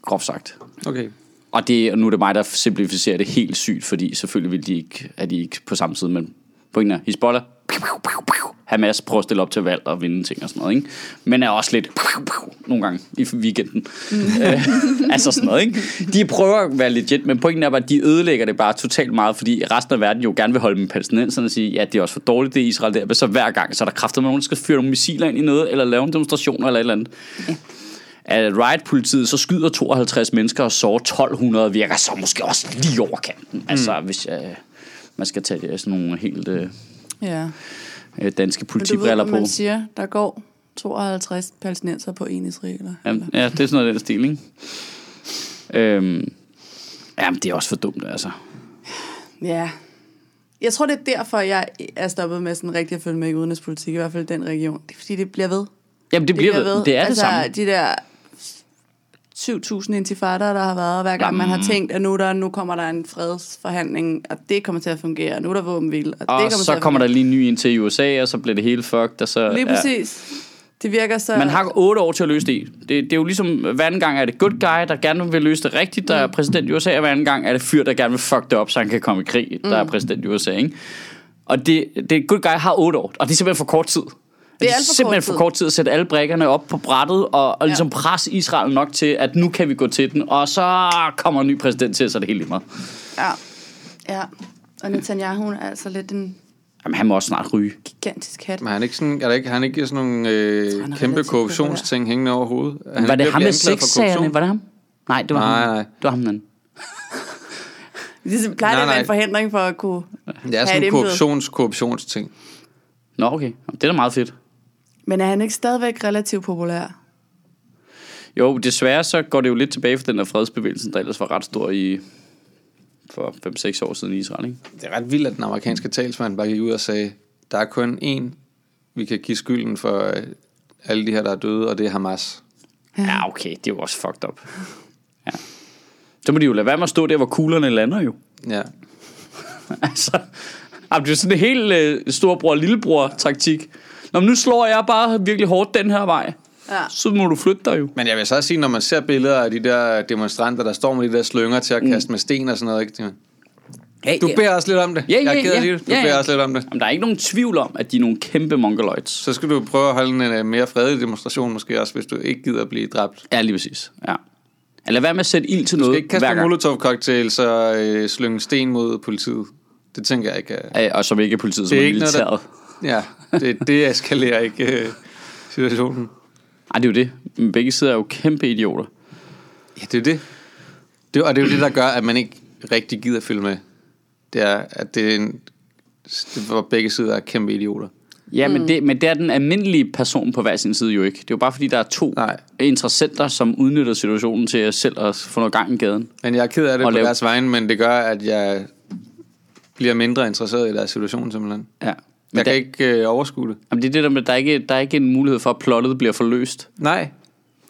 A: groft sagt.
C: Okay.
A: Og, det, og nu er det mig, der simplificerer det helt sygt, fordi selvfølgelig vil de ikke, er de ikke på samme side, men pointen er Hezbollah, piu, piu, piu, piu. Hamas prøver at stille op til valg og vinde ting og sådan noget, ikke? Men er også lidt piu, piu, nogle gange i weekenden. Øh, altså sådan noget, ikke? De prøver at være legit, men pointen er bare, at de ødelægger det bare totalt meget, fordi resten af verden jo gerne vil holde med palæstinenserne og sige, ja, det er også for dårligt, det er Israel der, men så hver gang, så er der kræfter med nogen, der skal fyre nogle missiler ind i noget, eller lave en demonstration eller et eller andet at Riot-politiet så skyder 52 mennesker og sårer 1200 virker så måske også lige over
B: Mm.
A: kanten. Altså, hvis øh, man skal tage øh, sådan nogle helt øh,
B: Ja.
A: øh, danske
B: Men du ved,
A: politibriller
B: hvad
A: på.
B: man siger, der går 52 palæstinenser på en israeler.
A: Ja, ja, det er sådan noget af den stil, ikke? Øhm, jamen, det er også for dumt, altså.
B: Ja. Jeg tror, det er derfor, jeg er stoppet med sådan rigtig at følge med i udenrigspolitik, i hvert fald i den region. Det er fordi, det bliver ved.
A: Jamen, det, det bliver ved. Det er altså, det
B: altså,
A: samme.
B: de der 7.000 intifader, der har været, hver gang man har tænkt, at nu, er der, nu kommer der en fredsforhandling, og det kommer til at fungere, og nu er der våbenhvile, og,
A: Og
B: det kommer til
A: så
B: at
A: kommer der
B: fungere.
A: lige en ny ind til USA, og så bliver det hele fucked. Og så,
B: Lige
A: ja.
B: præcis. Det virker så...
A: Man har otte år til at løse det i. Det, det er jo ligesom, hver anden gang er det good guy, der gerne vil løse det rigtigt, der
B: Mm.
A: er præsident i USA, og hver anden gang er det fyr, der gerne vil fuck det op, så han kan komme i krig, der
B: Mm.
A: er præsident i USA. Ikke? Og det, det good guy har otte år, og det er simpelthen for kort tid. Det
B: alt for kort
A: simpelthen
B: tid.
A: for kort tid at sætte alle brækkerne op på brættet og, og ligesom presse Israel nok til, at nu kan vi gå til den, og så kommer en ny præsident til, så er det helt lige meget.
B: Ja. ja. Og Netanyahu hun er altså lidt en
A: Jamen, han må også snart ryge.
B: gigantisk hat.
C: Men har han ikke sådan, er der ikke, har han ikke sådan nogle øh,
B: relativt
C: kæmpe
B: populær.
C: korruptionsting hængende over hovedet? Er Han
A: Var
C: ikke ved
A: det
C: at
A: ham
C: blive
A: med
C: anklaget for
A: sexsagerne?
C: korruption?
A: Var det ham? Nej, det var
C: Nej,
A: ham.
C: nej.
A: Det var ham den. anden.
B: Det plejer
C: Nej,
B: det at være
C: nej.
B: en forhindring for at kunne
C: Det er
B: have et
C: sådan en
B: embede.
C: korruptions, korruptionsting.
A: Nå, okay. Jamen, Det er da meget fedt.
B: Men er han ikke stadigvæk relativt populær?
A: Jo, desværre så går det jo lidt tilbage for den der fredsbevægelse, der ellers var ret stor i for 5-6 år siden i Israel, ikke?
C: Det er ret vildt, at den amerikanske talsmand bare gik ud og sagde, der er kun én, vi kan give skylden for øh, alle de her, der er døde, og det er Hamas.
A: Ja, okay, det er jo også fucked up. Ja. Så må de jo lade være med at stå der, hvor kuglerne lander jo.
C: Ja.
A: altså, jamen, det er jo sådan en helt øh, storbror-lillebror-taktik. Nå, men nu slår jeg bare virkelig hårdt den her vej.
B: Ja.
A: Så må du flytte dig jo.
C: Men jeg vil så også sige, når man ser billeder af de der demonstranter, der står med de der slynger til at
A: Mm.
C: kaste med sten og sådan noget, ikke?
A: Hey,
C: Du beder også lidt om det.
A: Ja, ja,
C: jeg gider
A: ja.
C: lige det. Du
A: Ja, ja.
C: beder også lidt om det.
A: Jamen, der er ikke nogen tvivl om, at de er nogle kæmpe mongoloids.
C: Så skal du prøve at holde en øh, mere fredelig demonstration måske også, hvis du ikke gider at blive dræbt.
A: Ja, lige præcis. Ja. Eller hvad med at sætte ild til
C: Du
A: noget
C: skal ikke kaste
A: hver
C: en
A: gang.
C: molotov-cocktail, så øh, slynge sten mod politiet. Det tænker jeg ikke er...
A: Ja, Og som ikke er politiet, som
C: Det
A: er,
C: er
A: er
C: ikke noget, der-
A: militæret. Noget,
C: Ja, det, det eskalerer ikke øh, situationen.
A: Ej, det er jo det. Men Begge sider er jo kæmpe idioter.
C: Ja, det er det. det. Og det er jo det, der gør, at man ikke rigtig gider følge med. Det er, at det er en, hvor begge sider er kæmpe idioter.
A: Ja, mm. men, det, men det er den almindelige person på hver sin side jo ikke. Det er jo bare fordi, der er to
C: Nej.
A: interessenter, som udnytter situationen til selv at få noget gang i gaden.
C: Men jeg er ked af det
A: Og
C: på
A: lav.
C: deres vegne, men det gør, at jeg bliver mindre interesseret i deres situation simpelthen.
A: Ja. Men
C: Jeg
A: der,
C: kan
A: ikke...
C: ikke øh, overskue det.
A: jamen, det er det der med, at der er ikke der er ikke en mulighed for, at plottet bliver forløst.
C: Nej,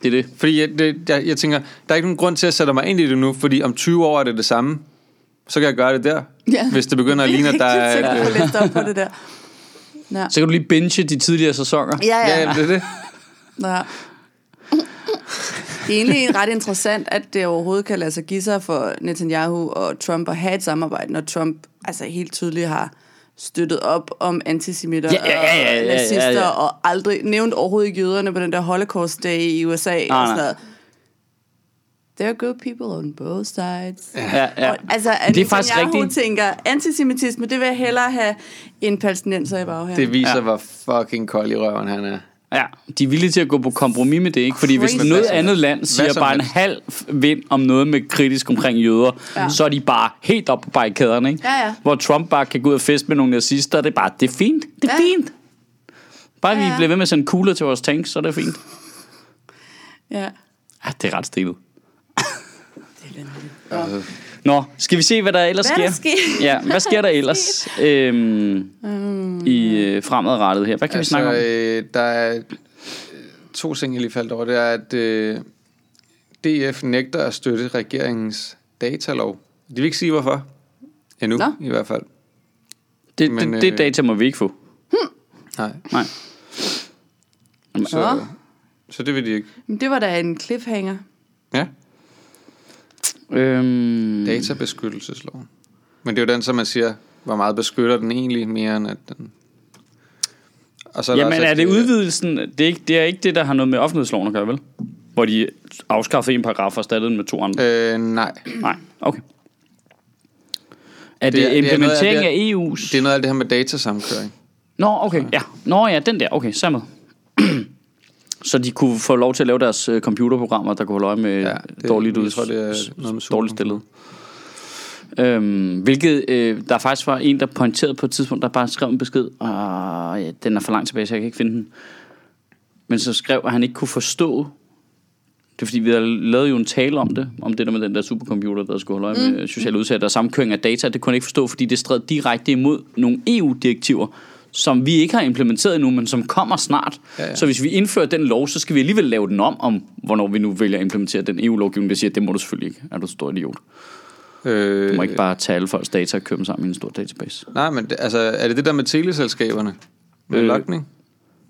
A: Det er det.
C: Fordi jeg, det, jeg, jeg tænker, der er ikke nogen grund til at sætte mig ind i det nu, fordi om 20 år er det det samme. Så kan jeg gøre det der.
B: Ja.
C: Hvis det begynder at ligne, at der
B: Jeg
C: er...
B: tænkte, du
C: Ja,
B: kunne læse op på det der. Ja,
A: Så kan du lige binge de tidligere sæsoner.
B: ja. ja.
C: ja, det er det.
B: ja. Det er egentlig ret interessant, at det overhovedet kan lade sig give sig for Netanyahu og Trump at have et samarbejde, når Trump altså helt tydeligt har støttet op om antisemitter
A: Ja, ja, ja, ja, ja,
B: og
A: ja, ja.
B: nazister, og aldrig nævnt overhovedet jøderne på den der Holocaust-dag i USA og
A: nej.
B: sådan noget. There are good people on both sides.
A: Ja, ja.
B: Og, altså, at
A: Det er faktisk
B: Netanyahu
A: rigtigt.
B: tænker, antisemitisme, det vil jeg hellere have en palæstinenser i baghaven.
C: Det viser,
A: Ja.
C: ja. hvor fucking kold i røven han er.
A: Ja, de er villige til at gå på kompromis med det, ikke? Fordi hvis
B: Crazy.
A: noget
C: Hvad som
A: andet
C: helst.
A: land siger
C: som
A: bare en
C: helst.
A: halv vind om noget med kritisk omkring jøder, ja.
B: Ja.
A: så er de bare helt op på barrikaderne, ikke?
B: Ja, ja.
A: Hvor Trump bare kan gå ud og feste med nogle nazister, det er bare, det er fint, det er ja.
B: Ja.
A: fint. Bare ja,
B: Ja,
A: ja. vi
B: ja.
A: bliver ved med at sende kugler til vores tanks, så er det fint.
B: Ja.
A: Ja, det er ret stenet.
B: Det er vanvittigt.
C: Altså.
A: Nå, skal vi se, hvad der ellers
B: Hvad
A: sker?
B: der sker?
A: Ja, hvad sker der ellers øhm, i øh, fremadrettet her? Hvad kan altså, vi snakke om?
C: Øh, der er to ting, jeg lige faldt over. Det er, at øh, DF nægter at støtte regeringens datalov. De vil ikke sige, hvorfor. Endnu,
B: Nå.
C: Nå. i hvert fald.
A: Det,
C: men,
A: det, det
C: øh,
A: data må vi ikke få.
C: Nej.
A: Nej.
C: Så, så det vil de ikke.
B: Men det var da en cliffhanger.
C: Ja.
A: Øhm,
C: Databeskyttelsesloven. Men det er jo den, som man siger, hvor meget beskytter den egentlig mere end at den... Og så der altså
A: Jamen
C: også,
A: er
C: at
A: det udvidelsen? Det er, ikke, det er ikke det, der har noget med offentlighedsloven at gøre, vel? Hvor de afskaffede en paragraf og erstattede den med to andre?
C: Øh, nej.
A: Øh, Nej, okay. Er det,
C: det er
A: det
C: noget af
A: implementering
C: det-
A: af EU's?
C: Det er noget af det her med datasamkøring.
A: Nå, okay, ja. Nå ja, den der, okay, sammen. Så de kunne få lov til at lave deres øh, computerprogrammer, der kunne holde øje med ja,
C: Ja,
A: det,
C: det-
A: dårligt
C: jeg
A: ud,
C: tror, det er noget med
A: dårligt stillet. Øhm, hvilket, øh, der faktisk var en, der pointerede på et tidspunkt, der bare skrev en besked, og ja, den er for langt tilbage, så jeg kan ikke finde den. Men så skrev, at han ikke kunne forstå, det er fordi, vi har lavet jo en tale om det, om det der med den der supercomputer, der skulle holde øje med sociale udsatte og samkøring af data. Det kunne han ikke forstå, fordi det stred direkte imod nogle EU-direktiver, E som vi ikke har implementeret endnu, men som kommer snart.
C: Ja,
A: Ja,
C: ja.
A: ja. Så hvis vi indfører den lov, så skal vi alligevel lave den om, om hvornår vi nu vælger at implementere den EU-lovgivning, der siger, at det må du selvfølgelig ikke. Er du en stor idiot?
C: Øh,
A: Du må ikke bare tage alle folks data og køre dem sammen i en stor database.
C: Nej, men det- altså, er det det der med teleselskaberne? Med øh.
A: Øh.
C: lokning?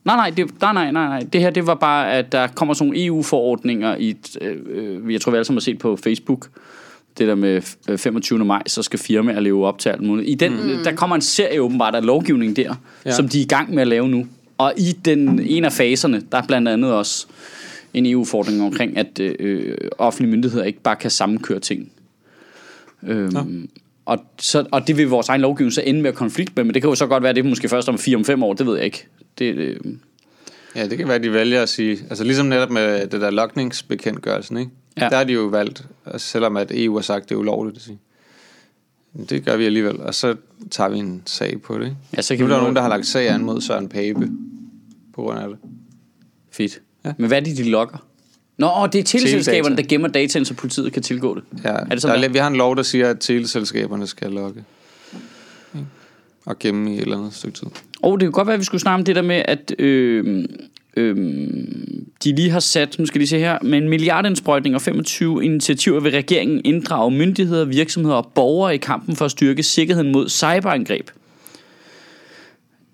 A: Nej, nej, det, nej, nej, nej, nej. Det her, det var bare, at der kommer sådan nogle EU-forordninger i, et, øh, øh, jeg tror, vi alle sammen har set på Facebook, det der med f- øh, 25. maj, så skal firmaer leve op til alt muligt. I den, mm. der kommer en serie åbenbart af lovgivning der,
C: Ja.
A: ja. som de er i gang med at lave nu. Og i den en af faserne, der er blandt andet også en EU-forordning omkring, at øh, øh, offentlige myndigheder ikke bare kan sammenkøre ting. Øhm, og, så, og det vil vores egen lovgivning så ende med at konflikt med, men det kan jo så godt være, at det er måske først om 4-5 år, det ved jeg ikke. Det, øh,
C: Ja, det kan være, de vælger at sige... Altså ligesom netop med det der lokningsbekendtgørelsen, ikke? Ja.
A: Ja.
C: Der har de jo valgt, og selvom at EU har sagt, det er ulovligt at sige. Men Det gør vi alligevel, og så tager vi en sag på det. Ikke?
A: Ja, så
C: Nu
A: kan
C: er
A: vi
C: der
A: nå-
C: nogen, der har lagt sag an mod Søren Pape på grund af det.
A: Fedt.
C: Ja.
A: Ja. Men hvad er det, de lokker? Nå, åh, det er teleselskaberne, der gemmer dataen, så politiet kan tilgå det.
C: Ja,
A: er det
C: der er,
A: sådan, der?
C: lidt- vi har en lov, der siger, at teleselskaberne skal lokke. Ikke? Og gemme i et eller andet stykke tid.
A: Åh, oh, det kan godt være, at vi skulle snakke om det der med, at øh, øh, de lige har sat, nu skal jeg lige se her, med en milliardindsprøjtning og 25 initiativer vil regeringen inddrage myndigheder, virksomheder og borgere i kampen for at styrke sikkerheden mod cyberangreb.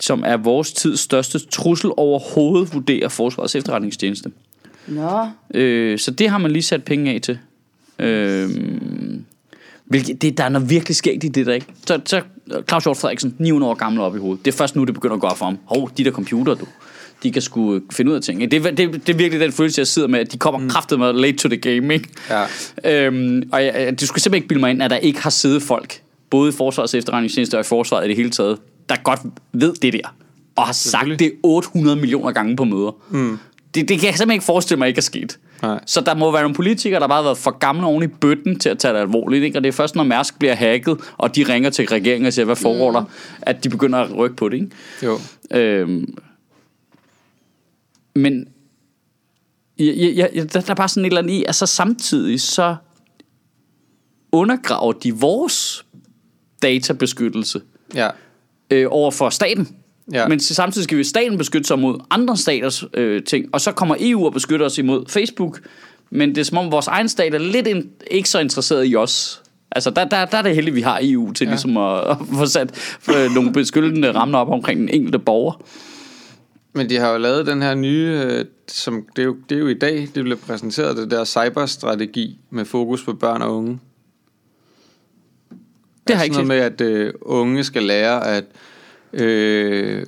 A: Som er vores tids største trussel overhovedet, vurderer Forsvarets efterretningstjeneste.
B: Nå,
A: Øh, så det har man lige sat penge af til. Øh, hvilket, det, der er noget virkelig skægt i det der, ikke? Så, så Claus Hjort Frederiksen, 900 år gammel op i hovedet. Det er først nu, det begynder at gå op for ham. Hov, de der computer, du. De kan sgu øh, finde ud af ting. ikke? Det, er- det, det er virkelig den følelse, jeg sidder med, at de kommer mm. kraftet med late to the game, ikke?
C: Ja.
A: Øhm, og jeg, jeg, du skulle simpelthen ikke bilde mig ind, at der ikke har siddet folk, både i Forsvarets efterretningstjeneste og i Forsvaret i det hele taget, der godt ved det der, og har sagt det 800 millioner gange på møder. Mm. Det, det kan jeg simpelthen ikke forestille mig ikke er sket.
C: Nej.
A: Så der må være nogle politikere, der bare har været for gamle oven i bøtten til at tage det alvorligt. Ikke? Og det er først, når Mærsk bliver hacket, og de ringer til regeringen og siger, hvad foregår der, at de begynder at rykke på det. Ikke?
C: Jo.
A: Øhm, men jeg, jeg, jeg, jeg- der, der er bare sådan et eller andet i, altså samtidig så undergraver de vores databeskyttelse
C: Ja.
A: øh, over for staten.
C: Ja.
A: Ja. Men samtidig skal vi staten beskytte sig mod andre staters øh, ting, og så kommer EU og beskytter os imod Facebook. Men det er som om vores egen stat er lidt in, ikke så interesseret i os. Altså, der, der, der er det heldigt, at vi har EU til ja. ligesom at, at få sat øh, nogle beskyttende rammer op omkring den enkelte borger.
C: Men de har jo lavet den her nye, øh, som det er jo, det er jo i dag, det blev præsenteret, det der cyberstrategi med fokus på børn og unge.
A: Det har jeg ikke
C: Sådan
A: set.
C: noget med, at øh, unge skal lære at øh,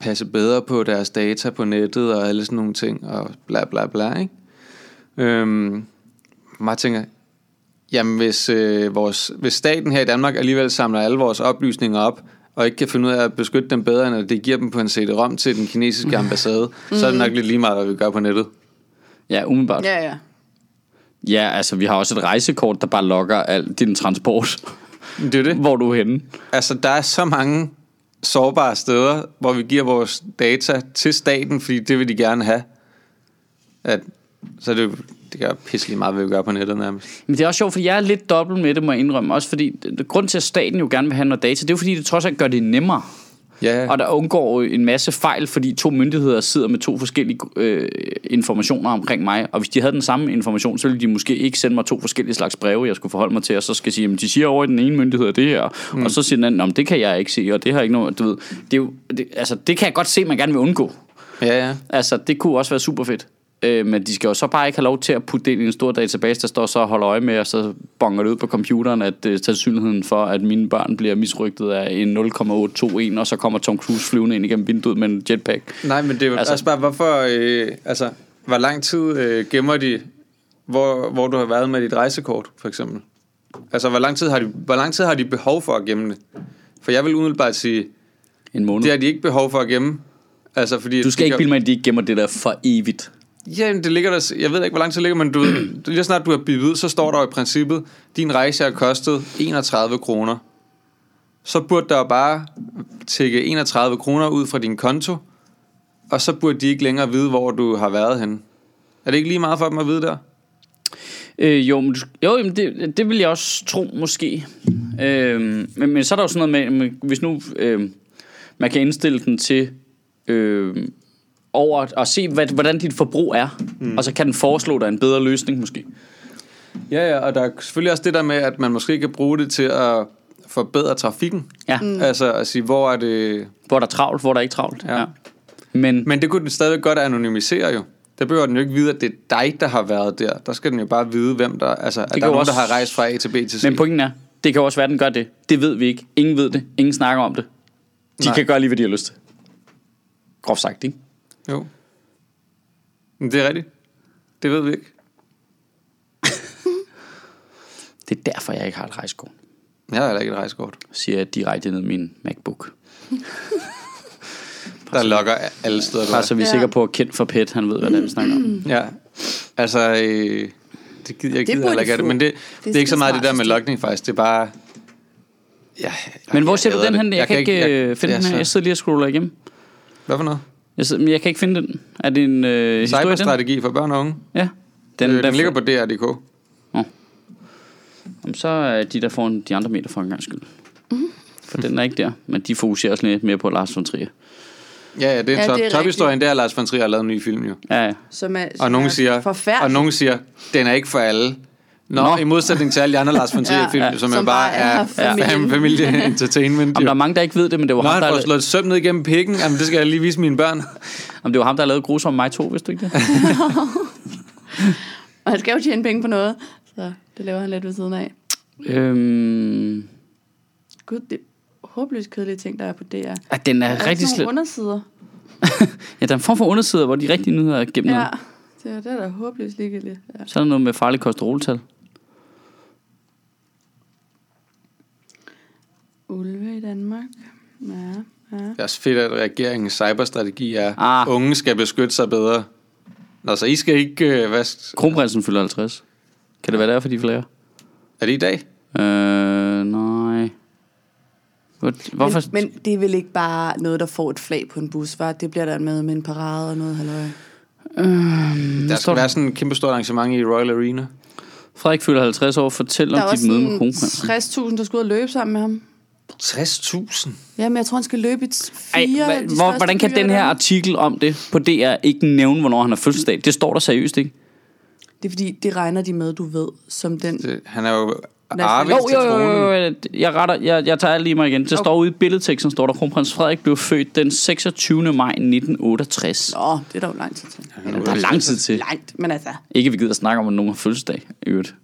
C: passe bedre på deres data på nettet og alle sådan nogle ting, og bla bla bla, ikke? Øhm, man tænker, jamen hvis, øh, vores, hvis staten her i Danmark alligevel samler alle vores oplysninger op, og ikke kan finde ud af at beskytte dem bedre, end at det giver dem på en CD-ROM til den kinesiske ambassade, så er det nok lidt lige meget, hvad vi gør på nettet.
A: Ja, umiddelbart. Ja.
B: ja, ja.
A: ja, altså, vi har også et rejsekort, der bare logger al din transport,
C: Men Det er jo det.
A: hvor du er henne.
C: Altså, der er så mange sårbare steder, hvor vi giver vores data til staten, fordi det vil de gerne have. At, så er det, jo- det gør pisselig meget, hvad vi gør på nettet nærmest.
A: Men det er også sjovt, for jeg er lidt dobbelt med det, må jeg indrømme. Også fordi, grund til, at staten jo gerne vil have noget data, det er jo fordi, det trods alt gør det nemmere.
C: Ja,
A: Og der undgår jo en masse fejl, fordi to myndigheder sidder med to forskellige øh, informationer omkring mig. Og hvis de havde den samme information, så ville de måske ikke sende mig to forskellige slags breve, jeg skulle forholde mig til. Og så skal jeg sige, at de siger over i den ene myndighed det her. Mm. Og så siger den anden, "Nå, men det kan jeg ikke se, og det har ikke noget... Du ved, det, er jo, det, altså, det kan jeg godt se, man gerne vil undgå.
C: ja, ja.
A: Altså, det kunne også være super fedt. Øh, men de skal jo så bare ikke have lov til at putte det ind i en stor database, der står så og holder øje med, og så bonger det ud på computeren, at øh, sandsynligheden for, at mine børn bliver misrygtet af en 0,821, og så kommer Tom Cruise flyvende ind igennem vinduet med en jetpack.
C: Nej, men det er jo altså,
A: Altså-
C: også bare, hvorfor... Øh, altså, hvor lang tid øh, gemmer de, hvor, hvor du har været med dit rejsekort, for eksempel? Altså, hvor lang, tid har de, hvor lang tid har de behov for at gemme det? For jeg vil umiddelbart sige,
A: En måned.
C: det har de ikke behov for at gemme. Altså, fordi
A: du skal
C: de
A: ikke
C: kan-
A: bilde mig, at de ikke gemmer det der for evigt.
C: Ja, men det ligger der, s- jeg ved ikke, hvor lang tid det ligger, men du ved, lige så snart du har bippet ud, så står der jo i princippet, din rejse har kostet 31 kroner. Så burde der jo bare tække 31 kroner ud fra din konto, og så burde de ikke længere vide, hvor du har været henne. Er det ikke lige meget for dem at vide der?
A: Øh, jo, men, du- jo jamen, det, det vil jeg også tro, måske. Øh, men, men så er der jo sådan noget med, men hvis nu... Øh, Man kan indstille den til øh, over at se, hvad, hvordan dit forbrug er. Mm. Og så kan den foreslå dig en bedre løsning måske.
C: Ja, ja, og der er selvfølgelig også det der med, at man måske kan bruge det til at forbedre trafikken.
A: Ja. Mm.
C: Altså at sige, hvor er det...
A: Hvor er der travlt, hvor er der ikke travlt.
C: Ja.
A: Men,
C: Men det kunne den stadig godt anonymisere jo. Der behøver den jo ikke vide, at det er dig, der har været der. Der skal den jo bare vide, hvem der... Altså, at der er
A: kan jo
C: nogen,
A: også-
C: der har rejst fra A til B til C.
A: men pointen er, det kan jo også være, at den gør det. Det ved vi ikke. Ingen ved det. Ingen snakker om det. De
C: Nej.
A: Nej. kan gøre lige, hvad de har lyst til. Groft sagt, ikke?
C: Jo. Men det er rigtigt. Det ved vi ikke.
A: Det er derfor, jeg ikke har et rejsekort.
C: Jeg har heller ikke et rejsekort.
A: Siger jeg direkte ned i min MacBook.
C: Der logger alle steder.
A: Bare så
C: Du
A: vi er
B: Ja.
A: sikre på, at Kent for Pet, han ved, hvad det er, vi snakker om.
C: er. Ja. Altså, øh, det gider jeg
B: Det
C: gider
B: burde
C: heller ikke. af
B: få.
C: Det, men det,
B: Det
C: det, det er ikke så
B: er
C: meget det der med
B: smart.
C: logning faktisk. Det er bare... Ja,
A: Men hvor
C: jeg
A: ser du
C: hader
A: den
C: det.
A: hen? Jeg, jeg kan ikke øh, finde
C: ja,
A: den her.
C: så-
A: Jeg sidder lige og scroller igennem.
C: Hvad for noget?
A: Jeg, sidder, men jeg kan ikke finde den. Er det en øh, historie, den?
C: Cyberstrategi for børn og unge.
A: Ja.
C: Den, øh,
A: der
C: den ligger på DR.dk.
A: Jamen, så er de der foran de andre meter for en gang skyld. For den er ikke der, men de fokuserer også lidt mere på Lars von Trier.
C: Ja, ja, det er
B: Ja,
C: en
B: det er
C: top, tophistorien. Det er at Lars von Trier har lavet en ny film jo.
A: Ja, ja.
B: Som er, som
C: Og nogen
B: er
C: siger,
B: forfærdelig.
C: og nogen siger, den er ikke for alle. Nå,
A: Nå.
C: Nå. i modsætning til alle de andre Lars von Trier film, ja, ja. som, som bare er,
B: familien.
C: er familie entertainment.
A: Jamen,
C: jo.
A: der er mange, der ikke ved det, men det var,
C: Nå,
A: ham,
C: han
A: der,
C: får slået søm ned igennem pikken. Jamen, det skal jeg lige vise mine børn.
A: jamen, det var ham, der lavede grus om mig to, hvis du ikke det?
B: Og han skal jo tjene penge på noget, så det laver han lidt ved siden af.
A: øhm,
B: Gud, det er håbløst kedelige ting, der er på DR. Er
A: ja, den er,
B: der
A: rigtig
B: sådan nogle
A: slem.
B: undersider?
A: Ja, der er en form for undersider, hvor de rigtige nyheder er gemt ja.
B: Ja, det er, det er da håbløst ligegyldigt. Ja.
A: Så er der noget med farlige kolesteroltal.
B: Ulve i Danmark. Ja, ja.
C: Det er også fedt, at regeringens cyberstrategi er,
A: Ah.
C: ah. unge skal beskytte sig bedre. Nå, så I skal ikke... Øh, hvad,
A: Kronprinsen fylder 50. Kan det være derfor, de flere?
C: er det i dag?
A: Mm, Øh, nej. Hvor- Hvorfor?
B: Men, men det er vel ikke bare noget, der får et flag på en bus, var? Det bliver der med med en parade og noget, halløj.
C: der
A: står
C: skal
A: der?
C: være sådan et kæmpe stort arrangement i Royal Arena.
A: Frederik fylder 50 år. Fortæl om
B: Der er
A: dit
B: også
A: møde med
B: sådan
A: kronprinsen.
B: 60.000, der skal ud og løbe sammen med ham.
C: 60.000?
B: Ja, men jeg tror, han skal løbe i t-
A: Ej,
B: fire af de
A: hva, hvor,
B: største
A: hvordan kan
B: byer i
A: den her
B: Danmark.
A: artikel om det på DR ikke nævne, hvornår han har fødselsdag? Det står der seriøst, ikke?
B: Det er fordi, det regner de med, du ved, som den...
C: Det, han er jo
B: National-
C: arvig
A: Jo,
C: til
A: jo, jo,
C: tronen.
A: jo, jo. Jeg, retter, jeg, jeg tager alt lige mig igen. Det okay. står ude i billedteksten, står der, kronprins Frederik blev født den 26. maj 1968.
B: Nå, det er da jo lang tid til.
A: Men der er lang tid til.
B: Langt, men altså...
A: Ikke, at vi gider at snakke om, at nogen har fødselsdag, i øvrigt.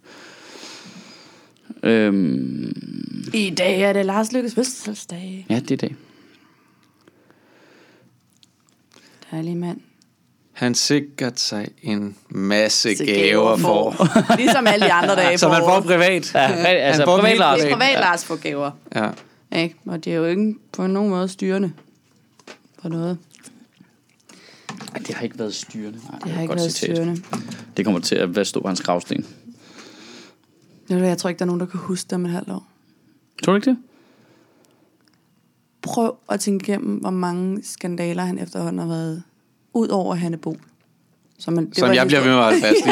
A: Øhm,
B: I dag er det Lars Lykkes fødselsdag.
A: ja, det er dag.
B: Dejlig mand.
C: Han sikkert sig en masse gaver for.
B: Ligesom alle de andre dage
C: Som
B: på
C: han får
B: året.
C: privat.
A: Ja, altså,
C: Han får dem
A: privat
C: helt
A: Lars.
B: Det er
C: privat.
B: privat Lars får gaver.
C: Ja.
B: Ikke? Og det er jo ikke på nogen måde styrende for noget.
A: Ej, det har ikke været styrende. Ej,
B: Det
A: er
B: har
A: et
B: ikke
A: godt
B: været
A: citat.
B: styrende.
A: Det kommer til at være stå på hans gravsten.
B: Ved du hvad, Jeg tror ikke, der er nogen, der kan huske det om et halvt år.
A: Tror du ikke det?
B: Prøv at tænke igennem, hvor mange skandaler han efterhånden har været ud over Hanne Bo. Som, man, det
C: Som jeg bliver ved med at holde fast i.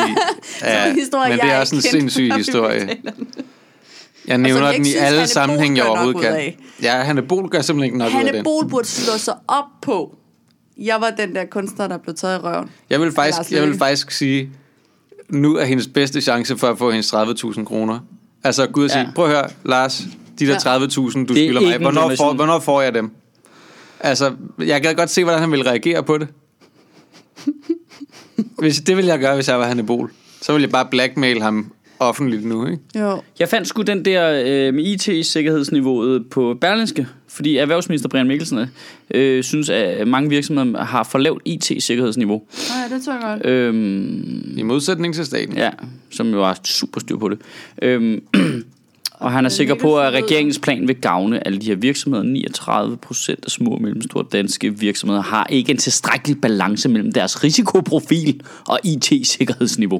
B: en historie,
C: men det
B: jeg
C: er
B: ikke
C: også en
B: kendte,
C: sindssyg
B: når vi
C: historie.
B: fortæller
C: Jeg
B: som
C: nævner
B: jeg
C: den
B: ikke
C: i
B: synes, Hanne
C: alle
B: Bol
C: sammenhænge, jeg
B: gør nok
C: overhovedet
B: ud
C: kan.
B: af.
C: Ja, Hanne Bol gør simpelthen ikke nok ud af
B: Hanne
C: den.
B: Bol burde slå sig op på. Jeg var den der kunstner, der blev taget i røven.
C: Jeg vil
B: Lars
C: faktisk, jeg vil
B: Løkke.
C: faktisk sige, nu er hendes bedste chance for at få hendes 30.000 kroner. Altså Gud at sige,
A: Ja.
C: prøv at høre, Lars, de der 30.000,
A: Det
C: du
A: er
C: skylder
A: ikke
C: mig,
A: en
C: hvornår får,
A: donation.
C: hvornår får jeg dem? Altså, jeg gad godt se, hvordan han ville reagere på det. Hvis, det ville jeg gøre, hvis jeg var Hanne Bol. Så ville jeg bare blackmail ham offentligt nu, ikke?
B: Jo.
A: Jeg fandt sgu den der øh, med IT-sikkerhedsniveauet på Berlinske, fordi erhvervsminister Brian Mikkelsen øh, synes, at mange virksomheder har for lavt IT-sikkerhedsniveau.
B: Nå ja, det tror jeg godt.
A: Øhm,
C: I modsætning til staten.
A: ja, som jo har super styr på det. Øhm, og han er sikker på, at regeringens plan vil gavne alle de her virksomheder. 39 procent af små og mellemstore danske virksomheder har ikke en tilstrækkelig balance mellem deres risikoprofil og IT-sikkerhedsniveau.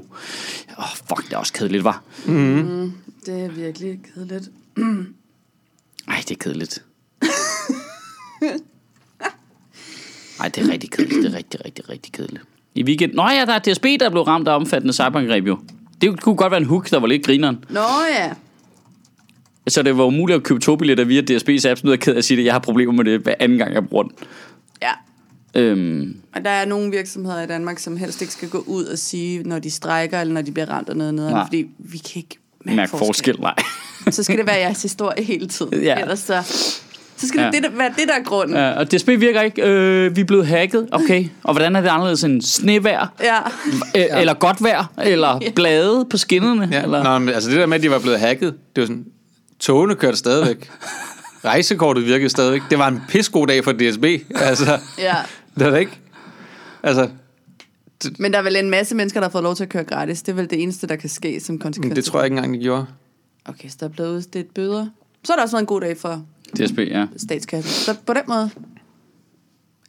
A: Åh, oh, fuck, det er også kedeligt, var.
B: Det er virkelig kedeligt.
A: Ej, det er kedeligt. Ej, det er rigtig kedeligt. Det er rigtig, rigtig, rigtig kedeligt. I weekend... Nå ja, der er DSB, der blev ramt af omfattende cyberangreb jo. Det kunne godt være en hook, der var lidt grineren.
B: Nå ja.
A: Så det var umuligt at købe togbilletter via DSB's app, så nu er jeg ked af at sige det. Jeg har problemer med det hver anden gang, jeg bruger den.
B: Ja,
A: Øhm,
B: og der er nogle virksomheder i Danmark, som helst ikke skal gå ud og sige, når de strækker, eller når de bliver ramt af noget, noget
A: Nej.
B: fordi vi kan ikke mærke,
A: mærk forskel, nej.
B: Så skal det være jeres historie hele tiden.
A: Ja.
B: Ellers så, så skal det,
A: Ja.
B: det der- være det, der er grunden.
A: Ja, og DSB virker ikke. Øh, vi er blevet hacket. Okay. Og hvordan er det anderledes end snevejr?
B: Ja.
A: Øh, ja. Eller godt vejr? Eller blade på skinnerne?
C: Ja.
A: Eller?
C: Nå, men, altså det der med, at de var blevet hacket, det var sådan, togene kørte stadigvæk. Rejsekortet virkede stadigvæk. Det var en pissegod dag for DSB. Altså,
B: ja.
C: det er det ikke. Altså,
B: Men der er vel en masse mennesker, der har fået lov til at køre gratis. Det er vel det eneste, der kan ske som konsekvens.
C: det tror jeg ikke engang, de gjorde.
B: Okay, så der er blevet udstedt bøder. Så har der også været en god dag for
A: DSB, ja.
B: statskassen. Så på den måde,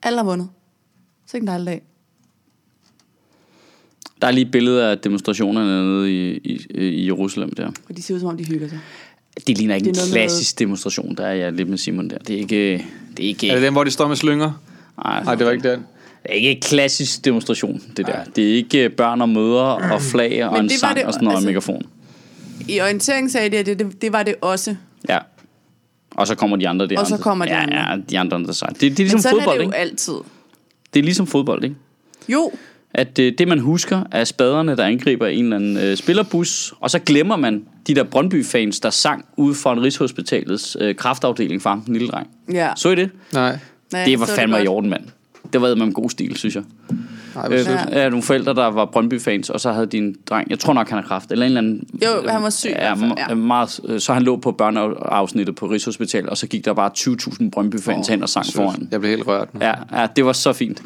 B: alle har vundet. Så ikke en dejlig dag.
A: Der er lige billeder af demonstrationerne nede i, i, øh, i Jerusalem der.
B: Og de ser ud, som om de hygger sig.
A: Det ligner ikke
B: Det er
A: det en
B: noget med
A: klassisk demonstration, der er jeg lidt med Simon der. Det er ikke... Det er ikke,
C: Er det den, hvor de står med slynger?
A: Ej,
C: Nej, det var ikke den.
A: det er ikke en klassisk demonstration, det der. Det er ikke øh, børn og mødre og flag og
B: Mm. Men
A: en
B: det var
A: sang
B: det-
A: og sådan noget altså,
B: altså-
A: megafon.
B: I orientering sagde de, at det, det, det var det også.
A: Ja. Og så kommer de andre der.
B: Og så kommer de
A: ja,
B: andre.
A: Ja, de andre andre side. Det, det er
B: Men
A: ligesom
B: sådan
A: fodbold,
B: er det jo
A: ikke?
B: altid.
A: Det er ligesom fodbold, ikke?
B: Jo,
A: At øh, det, man husker, er spaderne, der angriber en eller anden øh, spillerbus, og så glemmer man de der Brøndby-fans, der sang ude foran Rigshospitalets øh, kraftafdeling for ham, den lille dreng.
B: ja.
A: Så I det?
C: Nej.
B: Nej,
A: det var
B: så er
A: fandme
B: godt.
A: i orden, mand. Det var med god stil, synes jeg.
C: Nej,
A: Øh,
C: hvor sødt.
A: ja. nogle forældre, der var Brøndby-fans, og så havde din dreng, jeg tror nok, han har kraft, eller en eller anden...
B: Jo, han var syg i
A: Ja,
B: hvert fald, ja.
A: ja. Meget, øh, så han lå på børneafsnittet på Rigshospitalet, og så gik der bare 20.000 Brøndby-fans oh, hen og sang foran.
C: Jeg blev helt rørt nu.
A: Ja, ja, det var så fint.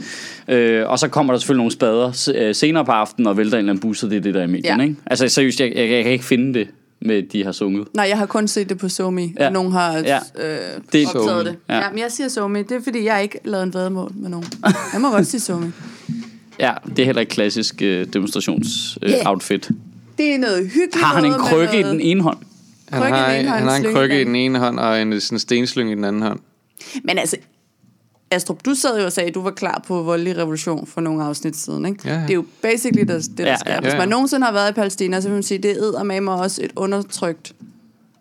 A: Øh, og så kommer der selvfølgelig nogle spader se- øh, senere på aftenen og vælter en eller anden bus, og det er det, der er i medierne,
B: Ja.
A: ja. ikke? Altså seriøst, jeg, jeg, jeg kan ikke finde det med, de har sunget.
B: Nej, jeg har kun set det på Somi.
A: Ja.
B: Ja. Nogen har
A: Ja.
B: ja. øh,
A: Det er
B: det optaget
C: Somi.
B: det.
A: Ja.
B: Ja. ja. men jeg siger Somi. Det er, fordi jeg ikke lavede en vedmål med nogen. Jeg må godt sige Somi.
A: Ja, det er heller ikke klassisk øh, demonstrationsoutfit. Øh,
B: Yeah.
A: outfit.
B: Det er noget hyggeligt.
A: Har han en
B: noget med
A: krykke i
B: noget-
A: den ene hånd?
C: Han
B: Krykke i den
C: har,
B: ene hånd,
C: han har en
B: slynge
C: krykke i
B: i den
C: den ene hånd, og en sådan stenslyng i den anden hånd.
B: Men altså, Astrup, du sad jo og sagde, at du var klar på voldelig revolution for nogle afsnit siden, ikke?
C: Ja, ja.
B: Det er jo basically det, det der
A: Ja,
B: ja,
A: ja,
B: sker. Hvis
C: ja.
B: man nogensinde har været i Palæstina, så vil man sige, at det æder med mig også et undertrykt.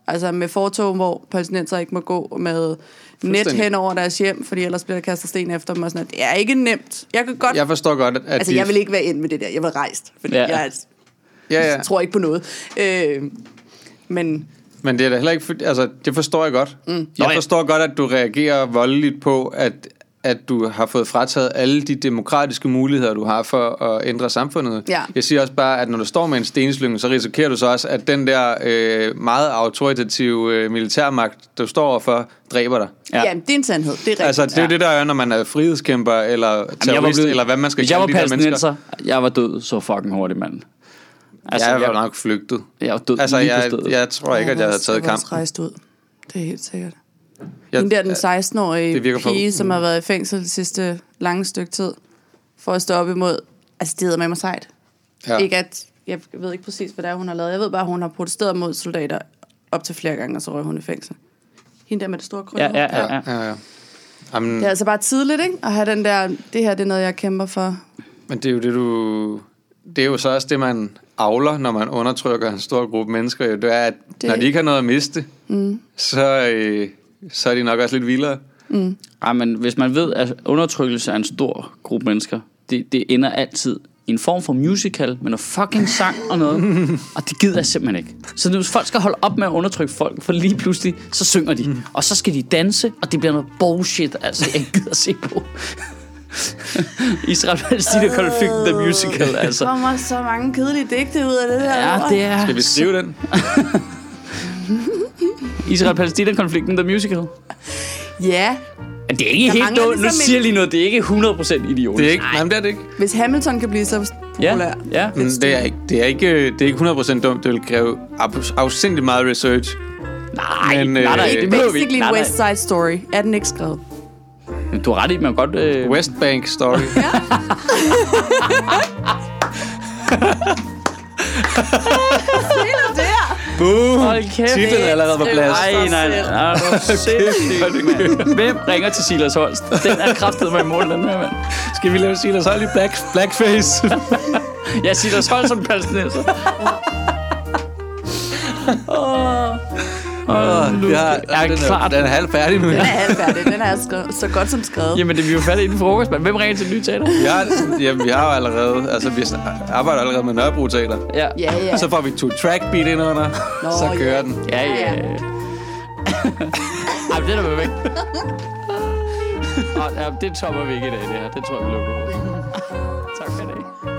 B: Altså med fortog, hvor palæstinenser ikke må gå med net
C: Fuldstændig.
B: hen over deres hjem, fordi ellers bliver der kastet sten efter dem og sådan noget. Det er ikke nemt. Jeg kan godt...
C: Jeg forstår godt, at
B: altså,
C: de...
B: jeg vil ikke være ind med det der. Jeg var rejst, fordi
A: Ja.
B: ja. jeg altså,
C: ja, ja.
B: tror ikke på noget. Øh, men
C: Men det er da heller ikke... for- Altså, det forstår jeg godt. Mm.
A: Nå,
C: Jeg
A: ja.
C: forstår godt, at du reagerer voldeligt på, at, at du har fået frataget alle de demokratiske muligheder, du har for at ændre samfundet.
B: Ja.
C: Jeg siger også bare, at når du står med en stenslyng, så risikerer du så også, at den der øh, meget autoritative øh, militærmagt, du står overfor, dræber dig.
A: Ja.
B: ja. jamen, det er en sandhed. Det er rigtigt.
C: Altså, det
A: Ja.
C: er jo det, der er, når man er frihedskæmper, eller terrorist,
A: Jamen,
C: eller hvad man skal
A: Hvis jeg var
C: kalde de der mennesker.
A: palæstinenser, jeg var død så fucking hurtigt, mand.
C: Altså, jeg var
A: jeg,
C: nok flygtet.
A: jeg var død
C: Altså,
A: lige på
C: jeg,
A: stedet.
C: jeg tror ikke, at jeg havde taget
B: Jeg var
C: kamp.
B: også rejst ud. Det er helt sikkert.
C: Jeg,
B: Hende der, den 16-årige
C: det virker for-
B: pige, som har været i fængsel det sidste lange stykke tid, for at stå op imod, altså det hedder med mig sejt. Ja. Ikke at, jeg ved ikke præcis, hvad det er, hun har lavet. Jeg ved bare, at hun har protesteret mod soldater op til flere gange, og så røg hun i fængsel. Hende der med det store krølle.
A: ja, ja, ja, ja.
C: ja, ja. ja. Jamen,
B: Det er altså bare tidligt, ikke? At have den der, det her det er noget, jeg kæmper for.
C: Men det er jo det, du... Det er jo så også det, man avler, når man undertrykker en stor gruppe mennesker. jo. Det er, at det...
B: Det-
C: når de ikke har noget at miste, mm. så, øh, så er de nok også lidt vildere.
A: Ej, men hvis man ved, at undertrykkelse er en stor gruppe mennesker, det, det ender altid i en form for musical med noget fucking sang og noget. Og det gider jeg simpelthen ikke. Så hvis folk skal holde op med at undertrykke folk, for lige pludselig, så synger de. Og så skal de danse, og det bliver noget bullshit, altså jeg ikke gider at se på. Israel-Palæstina-konflikten, the musical, altså.
B: Der kommer så mange kedelige digte ud af det her.
A: Ja, det er...
C: Skal vi skrive den?
A: Israel-Palæstina-konflikten, The Musical.
B: ja,
A: Men det er ikke
B: Der
A: helt
B: mangler
A: dårligt. Nu
B: ligesom en-
A: siger jeg lige noget. Det er ikke 100% idiotisk.
C: Det er ikke, nej, men det er det ikke.
B: hvis Hamilton kan blive så populær.
A: Ja, ja.
C: Mm, Det er ikke, det er ikke, øh, det er ikke 100% dumt. Det vil kræve ab- afsindig meget research.
A: Nej,
C: Men,
A: nej,
C: øh,
A: nej, det
C: Det
A: behøver vi
B: Basically
A: ikke. Nej,
B: West Side Story. Er den ikke skrevet?
A: nej. Du har ret i, man kan godt... Øh,
C: West Bank Story.
B: Der!
C: Boom!
A: Hold kæft.
C: Titlen er allerede på plads.
A: Ej, nej, nej. nej, nej, du er sindssyg, mand. Hvem ringer til Silas Holst? Den er kraftet med mål, den her, mand.
C: Skal vi lave Silas Hold i black, blackface?
A: Jeg siger dig som palæstinenser. Åh,
C: Åh, det har,
A: er
C: den, er,
A: klart.
C: den er halvfærdig nu.
B: Den er halvfærdig. Den er så, så godt som skrevet.
A: Jamen, det er vi jo færdige inden frokost, men hvem ringer til nye teater?
C: Ja, jamen, vi har jo allerede, altså vi arbejder allerede med Nørrebro Teater.
A: Ja.
B: Ja, ja.
C: Så får vi to track beat ind under,
B: Nå,
C: så kører
B: ja.
C: den.
A: Ja, ja. ja. Ej, men det er der væk. Ej, ja, det topper vi ikke i dag, det her. Det tror jeg, vi lukker på. tak for i dag.